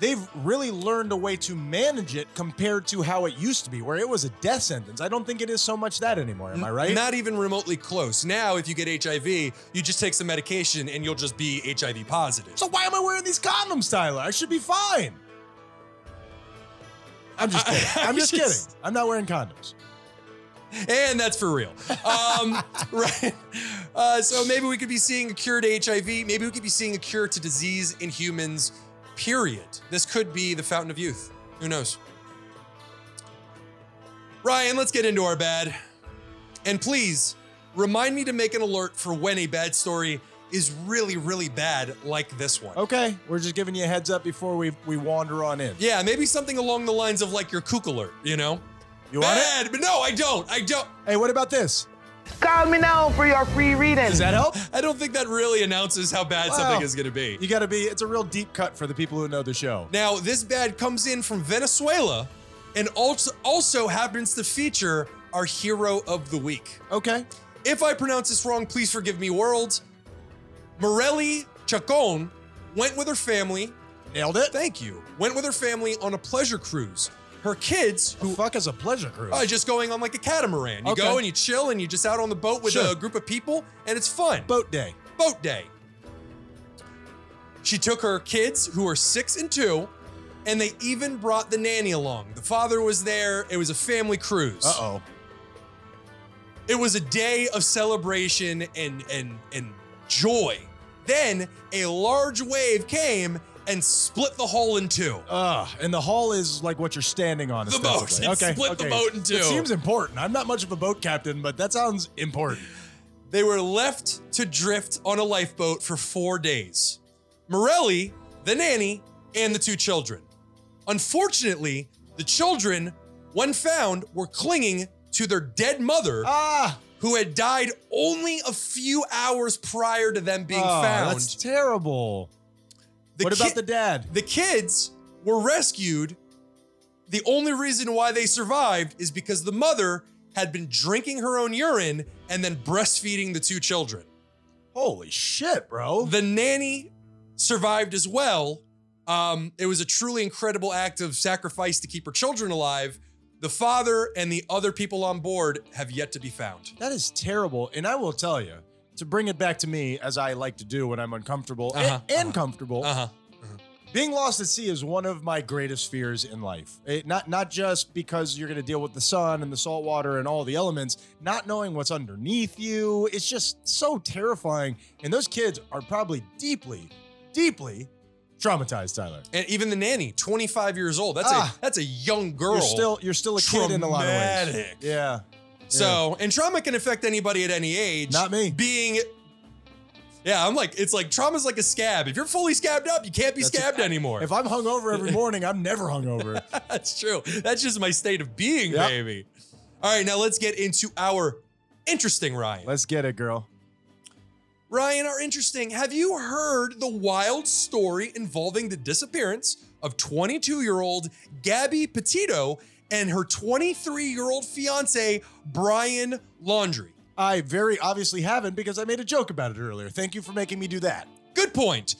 they've really learned a way to manage it compared to how it used to be, where it was a death sentence. I don't think it is so much that anymore. Am I right? Not even remotely close. Now, if you get HIV, you just take some medication and you'll just be HIV positive. so why am I wearing these condoms, Tyler? I should be fine. I'm just kidding. I'm just kidding. I'm not wearing condoms. and that's for real. Um, right. Uh, so maybe we could be seeing a cure to HIV. Maybe we could be seeing a cure to disease in humans, period. This could be the fountain of youth. Who knows? Ryan, let's get into our bad. And please remind me to make an alert for when a bad story is really, really bad, like this one. Okay, we're just giving you a heads up before we we wander on in. Yeah, maybe something along the lines of like your kook alert, you know? You want it? Bad, but no, I don't. I don't. Hey, what about this? Call me now for your free reading. Does that help? I don't think that really announces how bad Wow. something is going to be. You gotta be, it's a real deep cut for the people who know the show. Now, this bad comes in from Venezuela and also, also happens to feature our hero of the week. Okay. If I pronounce this wrong, please forgive me, world. Morelli Chacon went with her family, Nailed it. thank you, went with her family on a pleasure cruise. Her kids, Who fuck is a pleasure cruise? Oh, just going on like a catamaran. You go Okay. and you chill and you just out on the boat with Sure. a group of people and it's fun. Boat day. boat day. She took her kids who are 6 and 2 and they even brought the nanny along. The father was there. It was a family cruise. Uh oh. It was a day of celebration and and and joy. Then a large wave came and split the hull in two. Ugh. And the hull is like what you're standing on. The boat. ostensibly. It split the boat in two. It seems important. I'm not much of a boat captain, but that sounds important. They were left to drift on a lifeboat for four days. Morelli, the nanny, and the two children. Unfortunately, the children, when found, were clinging to their dead mother, Ah, who had died only a few hours prior to them being oh, found. That's terrible. The what about ki- the dad? the kids were rescued. The only reason why they survived is because the mother had been drinking her own urine and then breastfeeding the two children. Holy shit, bro. The nanny survived as well. Um, it was a truly incredible act of sacrifice to keep her children alive. The father and the other people on board have yet to be found. That is terrible. And I will tell you, to bring it back to me, as I like to do when I'm uncomfortable Uh-huh, and, and uh-huh. comfortable, Uh huh. Being lost at sea is one of my greatest fears in life. It- not not just because you're going to deal with the sun and the salt water and all the elements, not knowing what's underneath you. It's just so terrifying. And those kids are probably deeply, deeply traumatized, Tyler. And even the nanny, 25 years old. That's Ah. a that's a young girl. You're still you're still a kid in a lot of ways. Traumatic. Yeah. So, and trauma can affect anybody at any age. Not me. Being, yeah, I'm like, it's like trauma's like a scab. If you're fully scabbed up, you can't be That's scabbed anymore. If I'm hungover every morning, I'm never hungover. That's true. That's just my state of being, Yep. baby. All right, now let's get into our interesting Ryan. Let's get it, girl. Ryan, our interesting. Have you heard the wild story involving the disappearance of 22 year old Gabby Petito and her 23 year old fiance, Brian Laundry? I very obviously haven't because I made a joke about it earlier. Thank you for making me do that. Good point.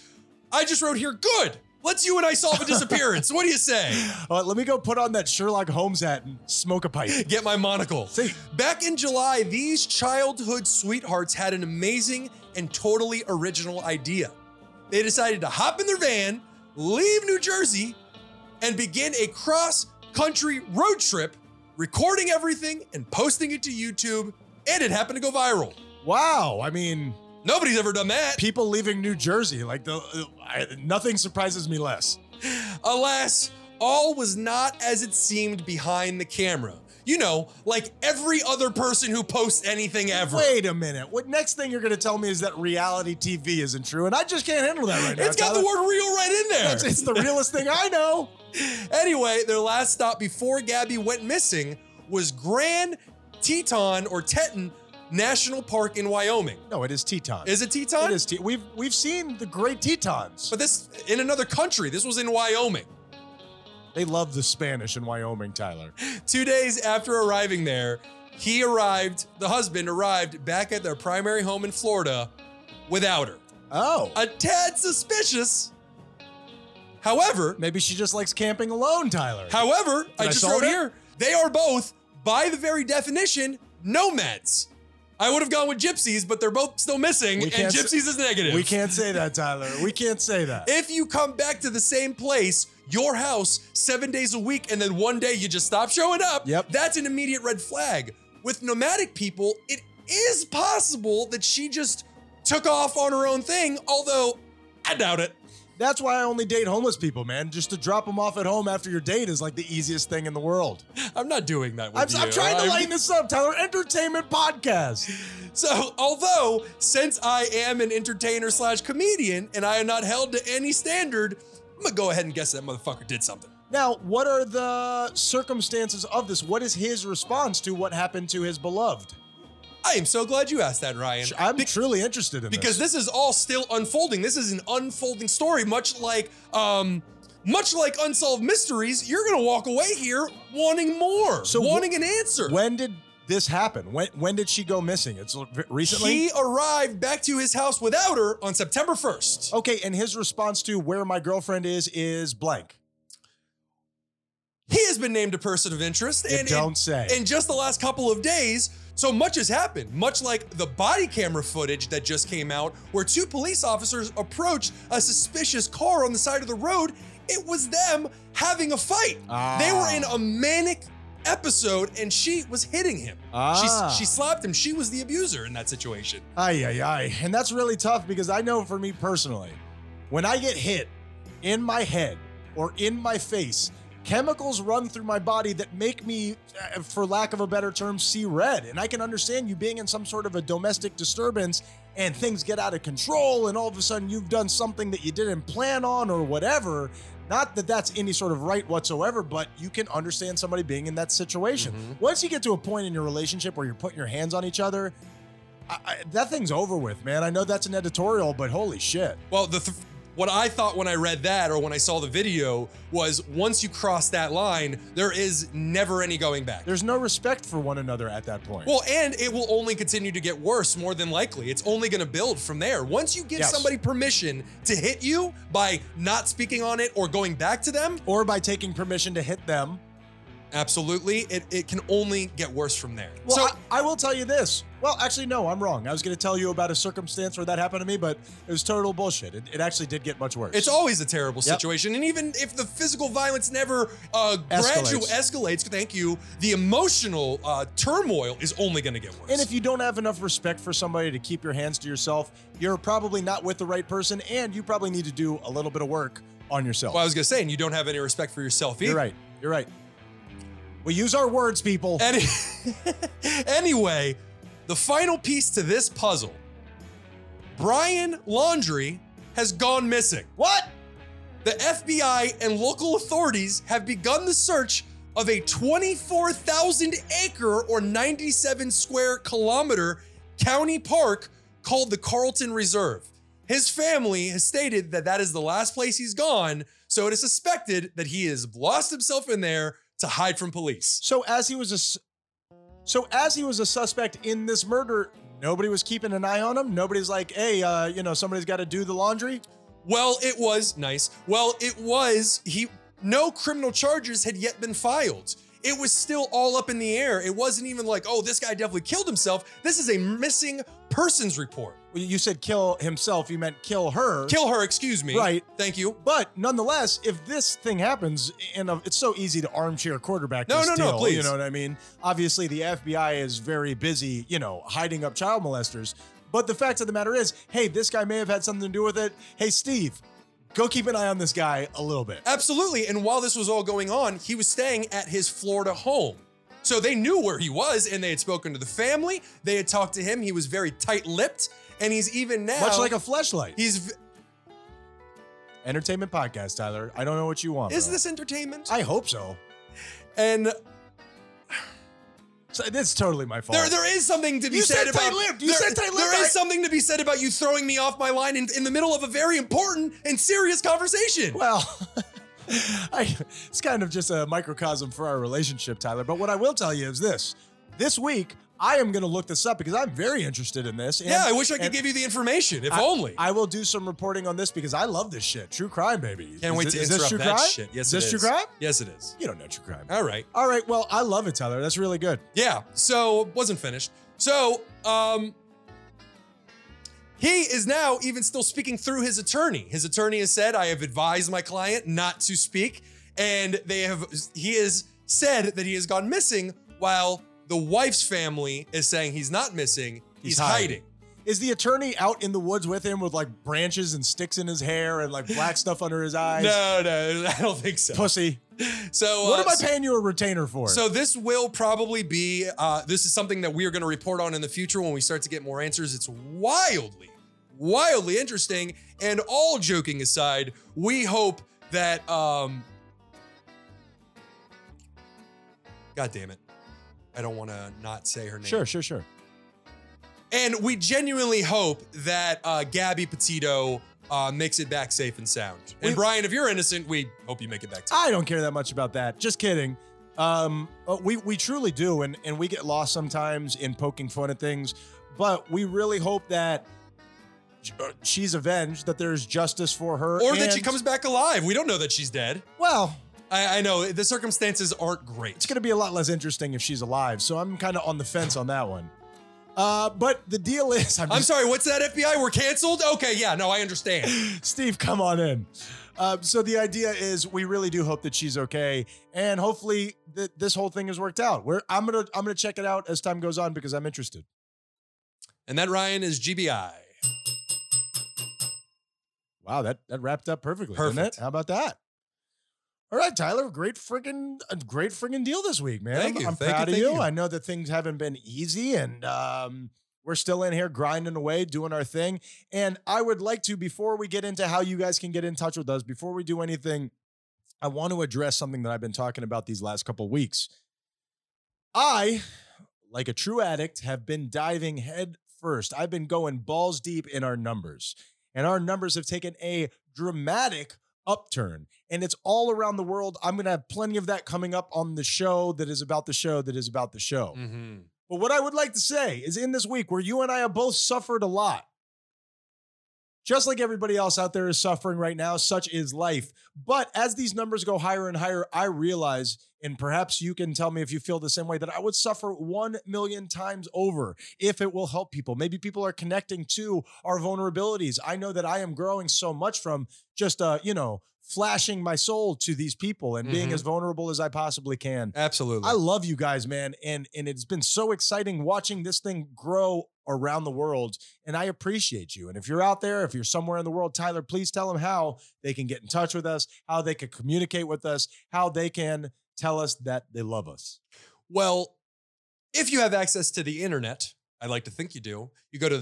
I just wrote here, good. Let's you and I solve a disappearance. what do you say? Uh, let me go put on that Sherlock Holmes hat and smoke a pipe. Get my monocle. See, Back in July, these childhood sweethearts had an amazing and totally original idea. They decided to hop in their van, leave New Jersey, and begin a cross country road trip, recording everything and posting it to YouTube, and it happened to go viral. wow. I mean, Nobody's ever done that. People leaving New Jersey, like the I, nothing surprises me less. Alas, all was not as it seemed behind the camera. You know, like every other person who posts anything ever. Wait a minute. What next thing you're going to tell me is that reality TV isn't true, and I just can't handle that right now. it's got Tyler. the word real right in there. It's, it's the realest thing I know. Anyway, their last stop before Gabby went missing was Grand Teton or Teton National Park in Wyoming. No, it is Teton. Is it Teton? It is Te- we've we've seen the Great Tetons. But this in another country. This was in Wyoming. they love the Spanish in Wyoming, Tyler. Two days after arriving there, he arrived, the husband arrived back at their primary home in Florida without her. Oh, A tad suspicious. However, maybe she just likes camping alone, Tyler. however, I I just solve wrote it? here, they are both, by the very definition, nomads. I would have gone with gypsies, but they're both still missing, We and can't s- gypsies is negative. we can't say that, Tyler. We can't say that. If you come back to the same place, your house, seven days a week, and then one day you just stop showing up, Yep. that's an immediate red flag. With nomadic people, it is possible that she just took off on her own thing, although I doubt it. That's why I only date homeless people, man. Just to drop them off at home after your date is like the easiest thing in the world. I'm not doing that with I'm, you. I'm trying to I'm- lighten this up, Tyler. Entertainment podcast. So, although since I am an entertainer slash comedian and I am not held to any standard, I'm gonna go ahead and guess that motherfucker did something. Now, what are the circumstances of this? What is his response to what happened to his beloved? I am so glad you asked that, Ryan. I'm truly interested in because this. this is all still unfolding. This is an unfolding story, much like um, much like unsolved mysteries. You're gonna walk away here wanting more, So wh- wanting an answer. When did this happen? When when did she go missing? It's l- v- recently. he arrived back to his house without her on September 1st. okay, and his response to where my girlfriend is is blank. He has been named a person of interest, You and don't in, say. in just the last couple of days. So much has happened, much like the body camera footage that just came out, where two police officers approached a suspicious car on the side of the road. It was them having a fight. Ah. They were in a manic episode and she was hitting him. Ah. She, she slapped him. She was the abuser in that situation. Ay, ay, ay. And that's really tough because I know for me personally, when I get hit in my head or in my face, chemicals run through my body that make me, uh, for lack of a better term, see red. And I can understand you being in some sort of a domestic disturbance and things get out of control and all of a sudden you've done something that you didn't plan on or whatever. Not that that's any sort of right whatsoever, but you can understand somebody being in that situation. Once you get to a point in your relationship where you're putting your hands on each other, I, I, that thing's over with, man. I know that's an editorial, but holy shit. Well, the th- what I thought when I read that or when I saw the video was once you cross that line, there is never any going back. There's no respect for one another at that point. Well, and it will only continue to get worse more than likely. It's only going to build from there. Once you give Yes. somebody permission to hit you by not speaking on it or going back to them, or by taking permission to hit them. absolutely, it, it can only get worse from there. Well, so, I, I will tell you this. Well, actually, no, I'm wrong. I was going to tell you about a circumstance where that happened to me, but it was total bullshit. It, it actually did get much worse. It's always a terrible Yep. situation, and even if the physical violence never uh, gradual escalates, thank you, the emotional uh, turmoil is only going to get worse. and if you don't have enough respect for somebody to keep your hands to yourself, you're probably not with the right person, and you probably need to do a little bit of work on yourself. well, I was going to say, and you don't have any respect for yourself either. you're right. You're right. We use our words, people. Any- anyway, the final piece to this puzzle Brian Laundry has gone missing. what? The FBI and local authorities have begun the search of a 24,000 acre or 97 square kilometer county park called the Carlton Reserve. His family has stated that that is the last place he's gone, so it is suspected that he has lost himself in there to hide from police. So as he was a, s- so as he was a suspect in this murder, nobody was keeping an eye on him. Nobody's like, hey, uh, you know, somebody's got to do the laundry. Well, it was nice. Well, it was he no criminal charges had yet been filed. It was still all up in the air. It wasn't even like, oh, this guy definitely killed himself. This is a missing persons report. Well, You said kill himself. You meant kill her. Kill her, excuse me. Right. Thank you. But nonetheless, if this thing happens, and uh, it's so easy to armchair quarterback No, this no, no, deal, please. you know what I mean? Obviously, the FBI is very busy, you know, hiding up child molesters. But the fact of the matter is, hey, this guy may have had something to do with it. Hey, Steve, go keep an eye on this guy a little bit. Absolutely. And while this was all going on, he was staying at his Florida home. So they knew where he was and they had spoken to the family. They had talked to him. He was very tight lipped. And he's even now. Much like a fleshlight. He's. v- Entertainment podcast, Tyler. I don't know what you want. Is bro. this entertainment? I hope so. and so. This is totally my fault. there, there is something to be You said, said about. tight-lipped. You there- said tight-lipped. There is I- something to be said about you throwing me off my line in, in the middle of a very important and serious conversation. Well, I, it's kind of just a microcosm for our relationship, Tyler. But what I will tell you is this: this week, I am going to look this up because I'm very interested in this. and- yeah, I wish I could and give you the information, if I- only. I will do some reporting on this because I love this shit. True crime, baby. Can't Is wait thi- to is interrupt this true that crime? shit. Yes, is it this is. true crime? Yes, it is. You don't know true crime. All right. All right. Well, I love it, Tyler. That's really good. Yeah, so wasn't finished. So, um he is now even still speaking through his attorney. His attorney has said, "I have advised my client not to speak," and they have he has said that he has gone missing while the wife's family is saying he's not missing, he's, He's hiding. hiding. Is the attorney out in the woods with him with like branches and sticks in his hair and like black stuff under his eyes? No, no, I don't think so. Pussy. So, what uh, am I paying you a retainer for? So this will probably be. Uh, this is something that we are going to report on in the future when we start to get more answers. It's wildly, wildly interesting. And all joking aside, we hope that. Um, God damn it! I don't want to not say her name. sure, sure, sure. And we genuinely hope that uh, Gabby Petito. Uh, makes it back safe and sound. And We- Brian, if you're innocent, we hope you make it back. safe. I don't care that much about that. Just kidding. Um, uh, we we truly do, and and we get lost sometimes in poking fun at things, but we really hope that j- uh, she's avenged, that there's justice for her, or that she Uh, and- comes back alive. We don't know that she's dead. Well, I, I know the circumstances aren't great. it's going to be a lot less interesting if she's alive. So I'm kind of on the fence on that one. Uh, but the deal is, I'm, I'm just, sorry, what's that FBI? We're canceled? Okay, yeah, no, I understand. Steve, come on in. Uh, so the idea is, we really do hope that she's okay, and hopefully th- this whole thing has worked out. Where I'm gonna I'm gonna check it out as time goes on because I'm interested. And that Ryan is GBI. Wow, that that wrapped up perfectly, didn't Perfect. it? How about that? All right, Tyler, great freaking a great freaking deal this week, man. Thank I'm, you, I'm thank you, proud of thank you. you. I know that things haven't been easy and um we're still in here grinding away, doing our thing. And I would like to, before we get into how you guys can get in touch with us, before we do anything, I want to address something that I've been talking about these last couple weeks. I, like a true addict, have been diving head first. I've been going balls deep in our numbers, and our numbers have taken a dramatic upturn. And it's all around the world. I'm going to have plenty of that coming up on the show that is about the show that is about the show. Mm-hmm. But what I would like to say is in this week where you and I have both suffered a lot, just like everybody else out there is suffering right now, such is life. But as these numbers go higher and higher, I realize, and perhaps you can tell me if you feel the same way, that I would suffer 1 million times over if it will help people. Maybe people are connecting to our vulnerabilities. I know that I am growing so much from just, uh, you know, flashing my soul to these people and being Mhm. as vulnerable as I possibly can. Absolutely. I love you guys, man, and and it's been so exciting watching this thing grow around the world, and I appreciate you. And if you're out there, if you're somewhere in the world, Tyler, please tell them how they can get in touch with us, how they can communicate with us, how they can tell us that they love us. well, if you have access to the internet, I'd like to think you do, you go to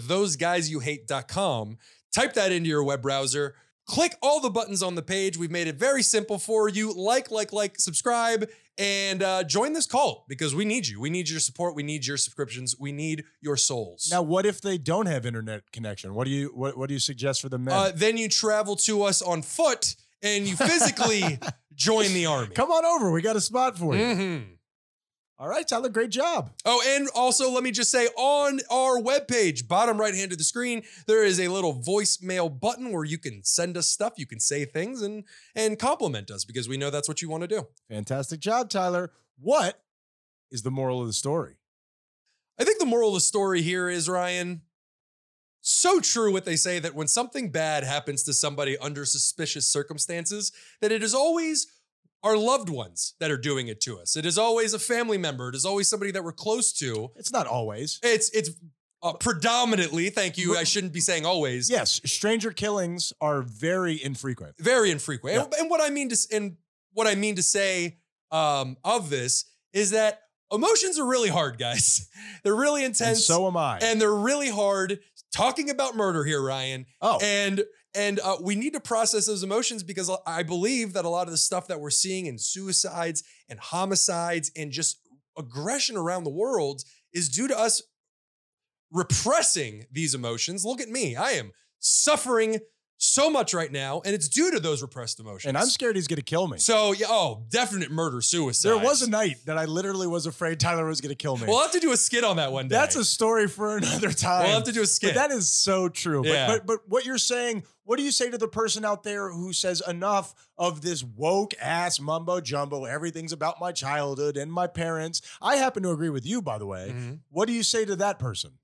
thoseguysyouhate.com, type that into your web browser, click all the buttons on the page. We've made it very simple for you. Like, like, like, subscribe, and uh, join this cult because we need you. We need your support. We need your subscriptions. We need your souls. Now, what if they don't have internet connection? What do you what, what do you suggest for them then? Uh, then you travel to us on foot and you physically join the army. Come on over, we got a spot for you. Mhm. All right, Tyler, great job. Oh, and also let me just say on our webpage, bottom right hand of the screen, there is a little voicemail button where you can send us stuff, you can say things and and compliment us because we know that's what you want to do. Fantastic job, Tyler. What is the moral of the story? I think the moral of the story here is Ryan. So true what they say that when something bad happens to somebody under suspicious circumstances, that it is always our loved ones that are doing it to us. It is always a family member. It is always somebody that we're close to. It's not always. It's it's Uh, predominantly, thank you. I shouldn't be saying always. Yes, stranger killings are very infrequent. very infrequent. And, and what I mean to s- and what I mean to say um, of this is that emotions are really hard, guys. They're really And intense, so am I. and they're really hard. Talking about murder here, Ryan, oh, and and uh, we need to process those emotions because I believe that a lot of the stuff that we're seeing in suicides and homicides and just aggression around the world is due to us repressing these emotions. Look at me, I am suffering so much right now, and it's due to those repressed emotions. and I'm scared he's gonna kill me. so yeah, oh, definite murder suicide. there was a night that I literally was afraid Tyler was gonna kill me. We'll have to do a skit on that one day. That's a story for another time. We'll have to do a But skit. that is so true. Yeah. But, but but what you're saying, what do you say to the person out there who says enough of this woke ass mumbo jumbo? Everything's about my childhood and my parents. I happen to agree with you, by the way. Mhm. What do you say to that person?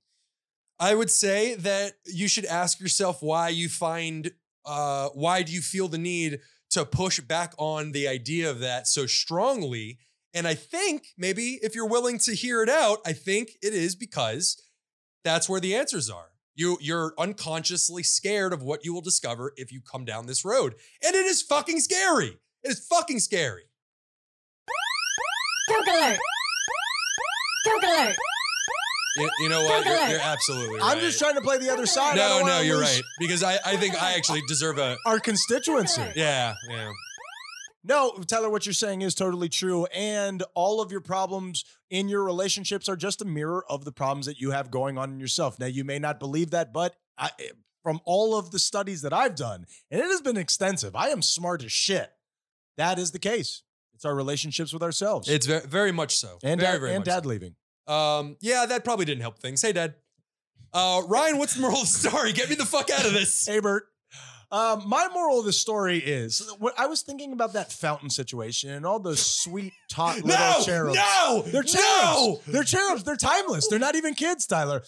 I would say that you should ask yourself why you find uh why do you feel the need to push back on the idea of that so strongly? And I think maybe if you're willing to hear it out, I think it is because that's where the answers are. You you're unconsciously scared of what you will discover if you come down this road. And it is fucking scary. It is fucking scary. Coke alert! Coke alert! You, you know what? You're, you're absolutely right. I'm just trying to play the other side. I No, don't no, wanna you're lose right. Because I, I think I actually deserve a Our constituency. yeah, yeah. No, Tyler, what you're saying is totally true. And all of your problems in your relationships are just a mirror of the problems that you have going on in yourself. Now, you may not believe that, but I, eh, from all of the studies that I've done, and it has been extensive, I am smart as shit. That is the case. It's our relationships with ourselves. It's very, very much so. and very, dad, very and much dad leaving. so. Um, yeah, that probably didn't help things. Hey, Dad. Uh, Ryan, what's the moral of the story? Get me the fuck out of this. Hey, Bert. Um, my moral of the story is when I was thinking about that fountain situation and all those sweet, taut little No, cherubs. no, They're cherubs. no. They're cherubs. They're timeless. They're not even kids, Tyler.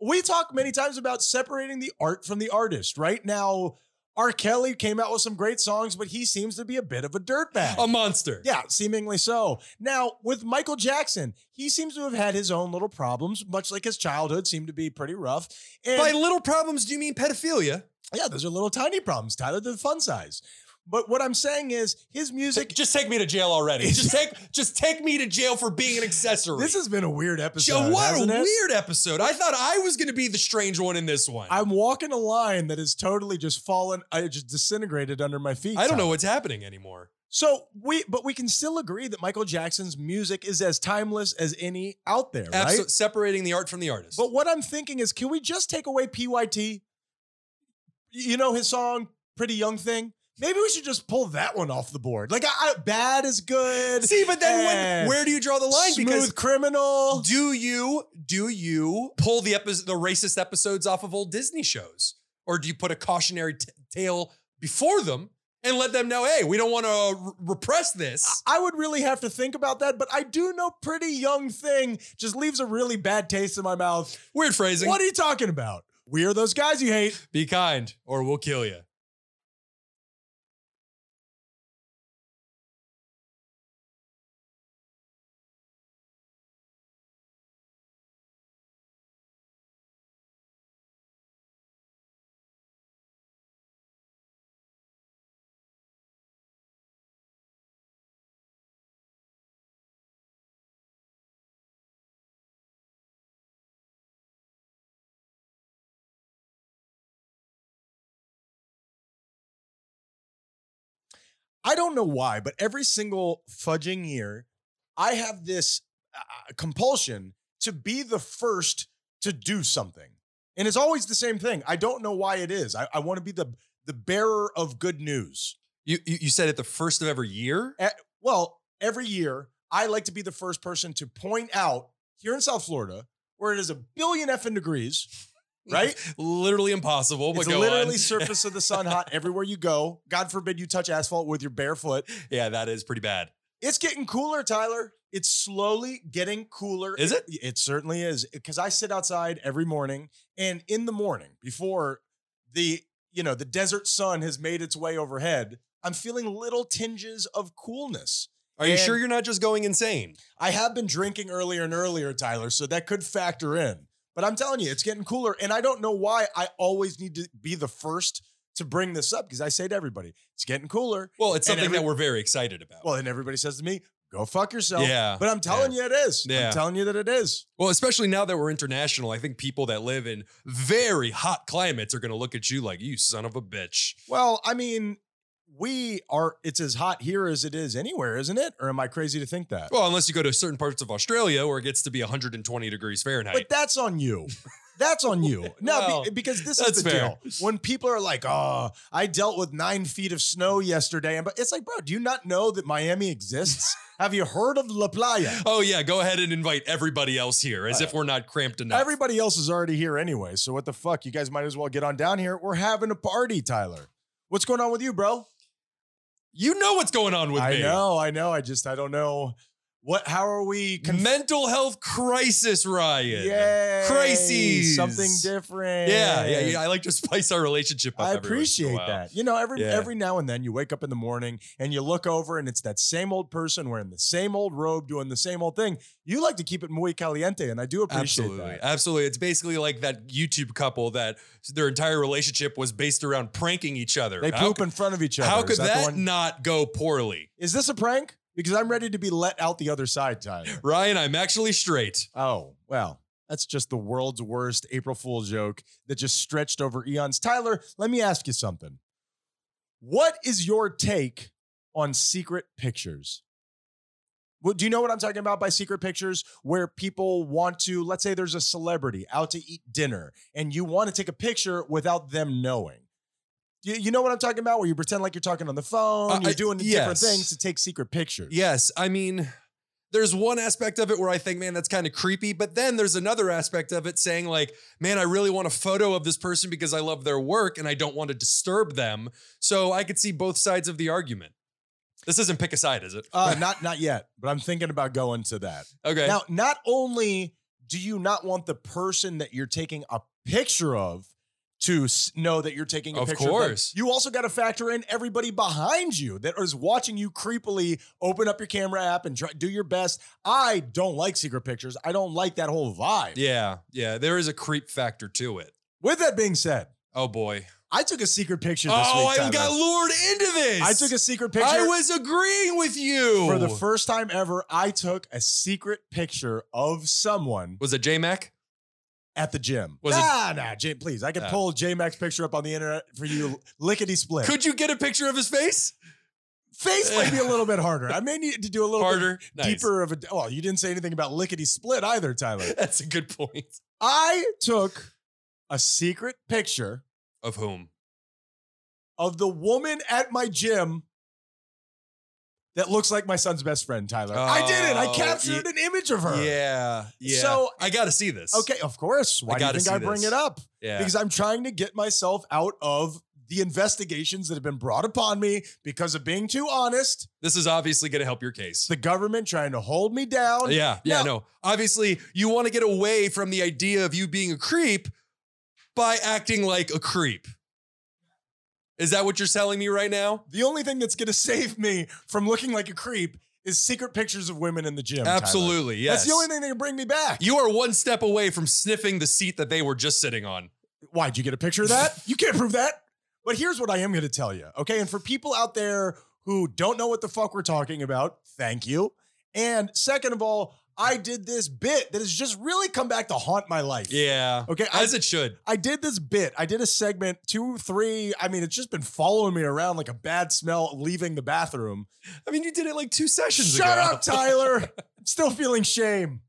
We talk many times about separating the art from the artist. Right now, R. Kelly came out with some great songs, but he seems to be a bit of a dirtbag. A monster. yeah, seemingly so. Now, with Michael Jackson, he seems to have had his own little problems, much like his childhood seemed to be pretty rough. And By little problems, do you mean pedophilia? yeah, those are little tiny problems, Tyler, the fun size. But what I'm saying is his music. Just take me to jail already. Just take, just take me to jail for being an accessory. This has been a weird episode. Joe, what a hasn't it? weird episode. I thought I was going to be the strange one in this one. I, I'm walking a line that has totally just fallen, I just disintegrated under my feet. don't Tyler. know what's happening anymore. So we, but we can still agree that Michael Jackson's music is as timeless as any out there, Abso- right? separating the art from the artist. But what I'm thinking is, can we just take away PYT? You know his song "Pretty Young Thing." Maybe we should just pull that one off the board. Like, I, I, bad is good. See, but then Eh. when, where do you draw the line? smooth because criminal. Do you do you pull the epi- the racist episodes off of old Disney shows, or do you put a cautionary t- tale before them and let them know, hey, we don't want to repress this? I would really have to think about that, but I do know pretty young thing just leaves a really bad taste in my mouth. Weird phrasing. What are you talking about? We are those guys you hate. Be kind, or we'll kill you. I don't know why, but every single fudging year, I have this uh, compulsion to be the first to do something. And it's always the same thing. I don't know why it is. I, I want to be the, the bearer of good news. You you, you said it the first of every year. Well, every year, I like to be the first person to point out here in South Florida, where it is a billion effing degrees, right? Literally impossible. But it's go literally on. surface of the sun hot everywhere you go. God forbid you touch asphalt with your bare foot. yeah, that is pretty bad. It's getting cooler, Tyler. It's slowly getting cooler. Is it? It certainly is. Because I sit outside every morning and in the morning before the, you know, the desert sun has made its way overhead, I'm feeling little tinges of coolness. Are you And- sure you're not just going insane? I have been drinking earlier and earlier, Tyler, so that could factor in. But I'm telling you, it's getting cooler. And I don't know why I always need to be the first to bring this up because I say to everybody, it's getting cooler. Well, it's And something every- that we're very excited about. Well, and everybody says to me, go fuck yourself. Uh, Yeah, But I'm telling you it is. Yeah. I'm telling you that it is. Well, especially now that we're international, I think people that live in very hot climates are going to look at you like, you son of a bitch. Well, I mean, we are, it's as hot here as it is anywhere, isn't it? Or am I crazy to think that? Well, unless you go to certain parts of Australia where it gets to be 120 degrees Fahrenheit. But that's on you. That's on you. No, be- Well, because this that's is the fair. deal. When people are like, "Oh, I dealt with nine feet of snow yesterday," and but it's like, bro, do you not know that Miami exists? Have you heard of La Playa? oh, yeah, go ahead and invite everybody else here as if we're not cramped enough. Everybody else is already here anyway, so what the fuck? You guys might as well get on down here. We're having a party, Tyler. What's going on with you, bro? you know what's going on with I me. know, I know. I just, I don't know what. How are we? Conf- Mental health crisis, Ryan. Yay, Crises. Something different. Yeah, yeah, yeah. I like to spice our relationship up. I every once in a appreciate while. that. You know, every Yeah. every now and then you wake up in the morning and you look over and it's that same old person wearing the same old robe doing the same old thing. You like to keep it muy caliente, and I do appreciate Absolutely. that. Absolutely. It's basically like that YouTube couple that their entire relationship was based around pranking each other. They How poop in front of each other. How Is could the that, one- not go poorly? Is this a prank? Because I'm ready to be let out the other side, Tyler. Ryan, I'm actually straight. Oh well, that's just the world's worst April Fool joke that just stretched over eons. Tyler, let me ask you something. What is your take on secret pictures? Well, do you know what I'm talking about by secret pictures? Where people want to, let's say there's a celebrity out to eat dinner and you want to take a picture without them knowing. You, you know what I'm talking about? Where you pretend like you're talking on the phone, Uh, I- you're doing different yes. things to take secret pictures. Yes, I mean, there's one aspect of it where I think, man, that's kind of creepy. But then there's another aspect of it saying, like, man, I really want a photo of this person because I love their work and I don't want to disturb them. So I could see both sides of the argument. This isn't pick a side, is it? Uh, not not yet, but I'm thinking about going to that. okay. Now, not only do you not want the person that you're taking a picture of to s- know that you're taking a Of picture, of them, course. you also got to factor in everybody behind you that is watching you creepily open up your camera app and try, do your best. I don't like secret pictures. I don't like that whole vibe. yeah, yeah, there is a creep factor to it. With that being said, Oh boy. I took a secret picture this Oh, week. I got Tyler. lured into this. I took a secret picture. I was agreeing with you. for the first time ever, I took a secret picture of someone was it J Mac? at the gym. Was it- nah, nah, Jay, please. I could Ah. pull J Mac's picture up on the internet for you lickety split. Could you get a picture of his face? Face might be a little bit harder. I may need to do a little Harder, bit deeper of a. Well, you didn't say anything about lickety split either, Tyler. Nice. That's a good point. I took a secret picture Of whom? of the woman at my gym. That looks like my son's best friend, Tyler. I did it. I Oh, captured ye- an image of her. Yeah, yeah. So- I got to see this. Okay, of course. Why do you gotta think see I bring this. it up? Yeah. because I'm trying to get myself out of the investigations that have been brought upon me because of being too honest. this is obviously going to help your case. The government trying to hold me down. yeah, yeah, Now- no. Obviously, you want to get away from the idea of you being a creep by acting like a creep. Is that what you're telling me right now? The only thing that's going to save me from looking like a creep is secret pictures of women in the gym. Tyler. Absolutely, yes. That's the only thing that can bring me back. You are one step away from sniffing the seat that they were just sitting on. Why'd you get a picture of that? You can't prove that. But here's what I am going to tell you, okay? And for people out there who don't know what the fuck we're talking about, thank you. And second of all, I did this bit that has just really come back to haunt my life. Yeah. Okay, I- As it should. I did this bit. I did a segment two, three. I mean, it's just been following me around like a bad smell leaving the bathroom. I mean, you did it like two sessions Shut ago. up, Tyler. I'm still feeling shame.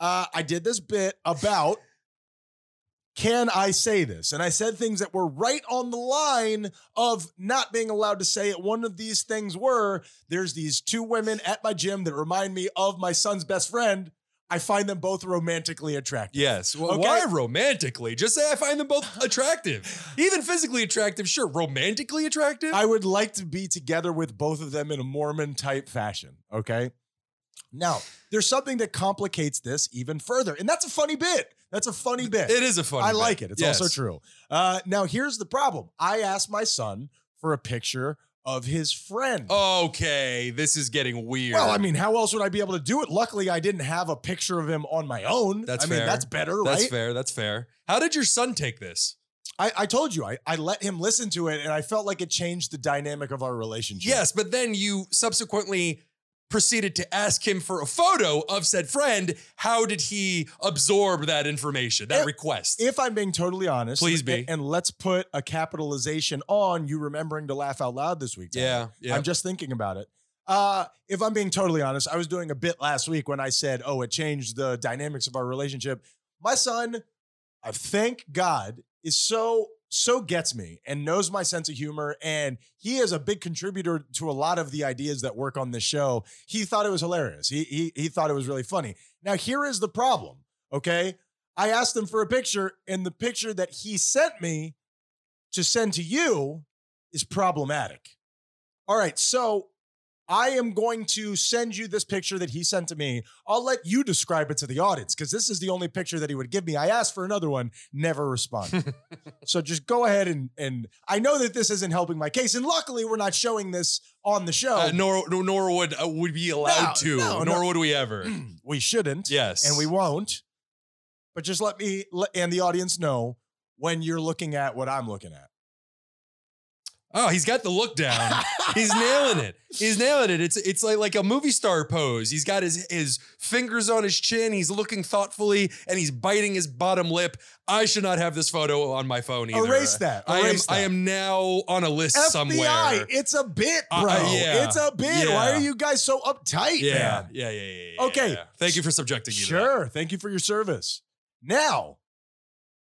Uh, I did this bit about can I say this? And I said things that were right on the line of not being allowed to say it. One of these things were there's these two women at my gym that remind me of my son's best friend. I find them both romantically attractive. Yes. Well, Okay. Why romantically? Just say I find them both attractive. Even physically attractive, sure. Romantically attractive? I would like to be together with both of them in a Mormon type fashion. Okay. Now, there's something that complicates this even further. And that's a funny bit. That's a funny bit. it is a funny. I bit. like it. It's Yes. also true. Uh, now, here's the problem I asked my son for a picture of his friend. Oh, Okay, this is getting weird. Well, I mean, how else would I be able to do it? Luckily, I didn't have a picture of him on my own. That's I mean, fair. that's better, that's right? fair. That's fair. How did your son take this? I, I told you, I, I let him listen to it, and I felt like it changed the dynamic of our relationship. Yes, but then you subsequently proceeded to ask him for a photo of said friend. How did he absorb that information, that It- request? If I'm being totally honest, Please be. a- And, let's put a capitalization on you remembering to laugh out loud this week. Tyler. yeah, yeah. I'm just thinking about it. Uh, if I'm being totally honest, I was doing a bit last week when I said, oh, it changed the dynamics of our relationship. My son, I thank God, is so, so gets me and knows my sense of humor. And he is a big contributor to a lot of the ideas that work on this show. He thought it was hilarious. He, he, he thought it was really funny. Now, here is the problem, okay? I asked him for a picture, and the picture that he sent me to send to you is problematic. All right, so I am going to send you this picture that he sent to me. I'll let you describe it to the audience because this is the only picture that he would give me. I asked for another one, never responded. so just go ahead and and I know that this isn't helping my case, and luckily we're not showing this on the show. Uh, nor, nor nor would uh, would be allowed No, to. no, nor no. would we ever. we shouldn't. yes, and we won't. But just let me let, and the audience know when you're looking at what I'm looking at. Oh, he's got the look down. He's nailing it. He's nailing it. It's it's like like a movie star pose. He's got his his fingers on his chin. He's looking thoughtfully and he's biting his bottom lip. I should not have this photo on my phone either. Erase that. I am Erase I that. am now on a list FBI, somewhere. it's a bit, Uh, bro. yeah. It's a bit. Why Yeah. are you guys so uptight, yeah, man? yeah, yeah, yeah, yeah. Okay. yeah. Thank you for subjecting me. To that. Sure. Thank you for your service. Now,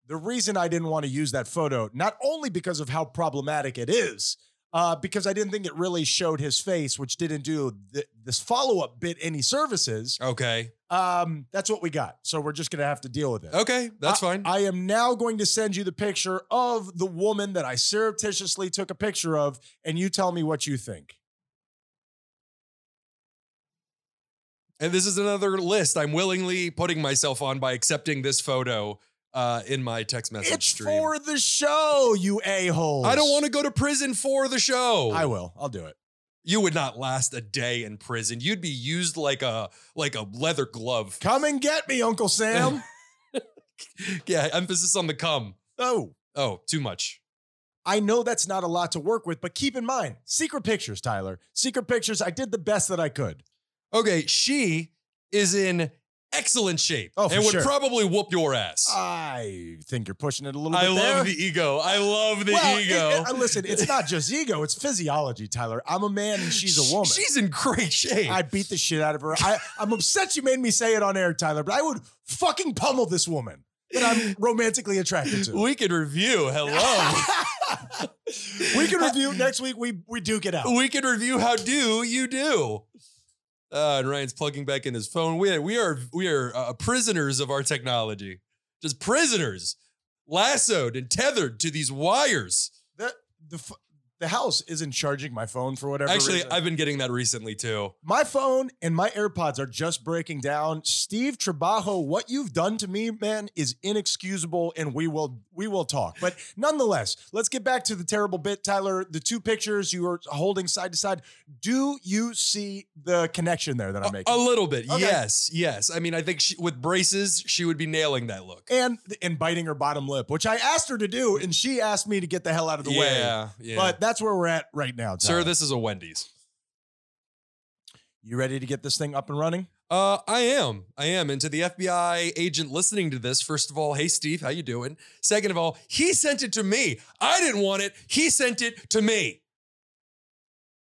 the reason I didn't want to use that photo, not only because of how problematic it is, uh, because I didn't think it really showed his face, which didn't do th- this follow up bit any services. Okay. Um, that's what we got. So we're just going to have to deal with it. Okay. That's I- fine. I am now going to send you the picture of the woman that I surreptitiously took a picture of, and you tell me what you think. and this is another list I'm willingly putting myself on by accepting this photo uh, in my text message it's stream. for the show, you a hole. I don't want to go to prison for the show. I will. I'll do it. you would not last a day in prison. You'd be used like a like a leather glove. Come and get me, Uncle Sam. Yeah, emphasis on the come. oh, Oh, too much. I know that's not a lot to work with, but keep in mind, secret pictures, Tyler. Secret pictures, I did the best that I could. Okay, she is in excellent shape Oh, for and would sure. probably whoop your ass. I think you're pushing it a little I bit. there. love the ego. I love the Well, it- ego. it- uh, listen, it's not just ego, it's physiology, Tyler. I'm a man and she's a woman. She's in great shape. I beat the shit out of her. I, I'm upset you made me say it on air, Tyler, but I would fucking pummel this woman that I'm romantically attracted to. we can review. Hello. we Uh, can review next week. We we duke it out. we can review how do you do. Uh, and Ryan's plugging back in his phone. We we are we are uh, prisoners of our technology, just prisoners, lassoed and tethered to these wires. The, the, f- the house isn't charging my phone for whatever Actually, reason. I've been getting that recently too. My phone and my AirPods are just breaking down. Steve Trabajo, what you've done to me, man, is inexcusable, and we will we will talk. But nonetheless, let's get back to the terrible bit, Tyler. The two pictures you were holding side to side. Do you see the connection there that I'm A, making? a little bit, Okay. yes, yes. I mean, I think she, with braces, she would be nailing that look. and and biting her bottom lip, which I asked her to do, and she asked me to get the hell out of the way. yeah, yeah. But that's where we're at right now, sir, Tyler. this is a Wendy's. you ready to get this thing up and running? Uh, I am. I am. And to the FBI agent listening to this, first of all, hey Steve, how you doing? Second of all, he sent it to me. I didn't want it. He sent it to me.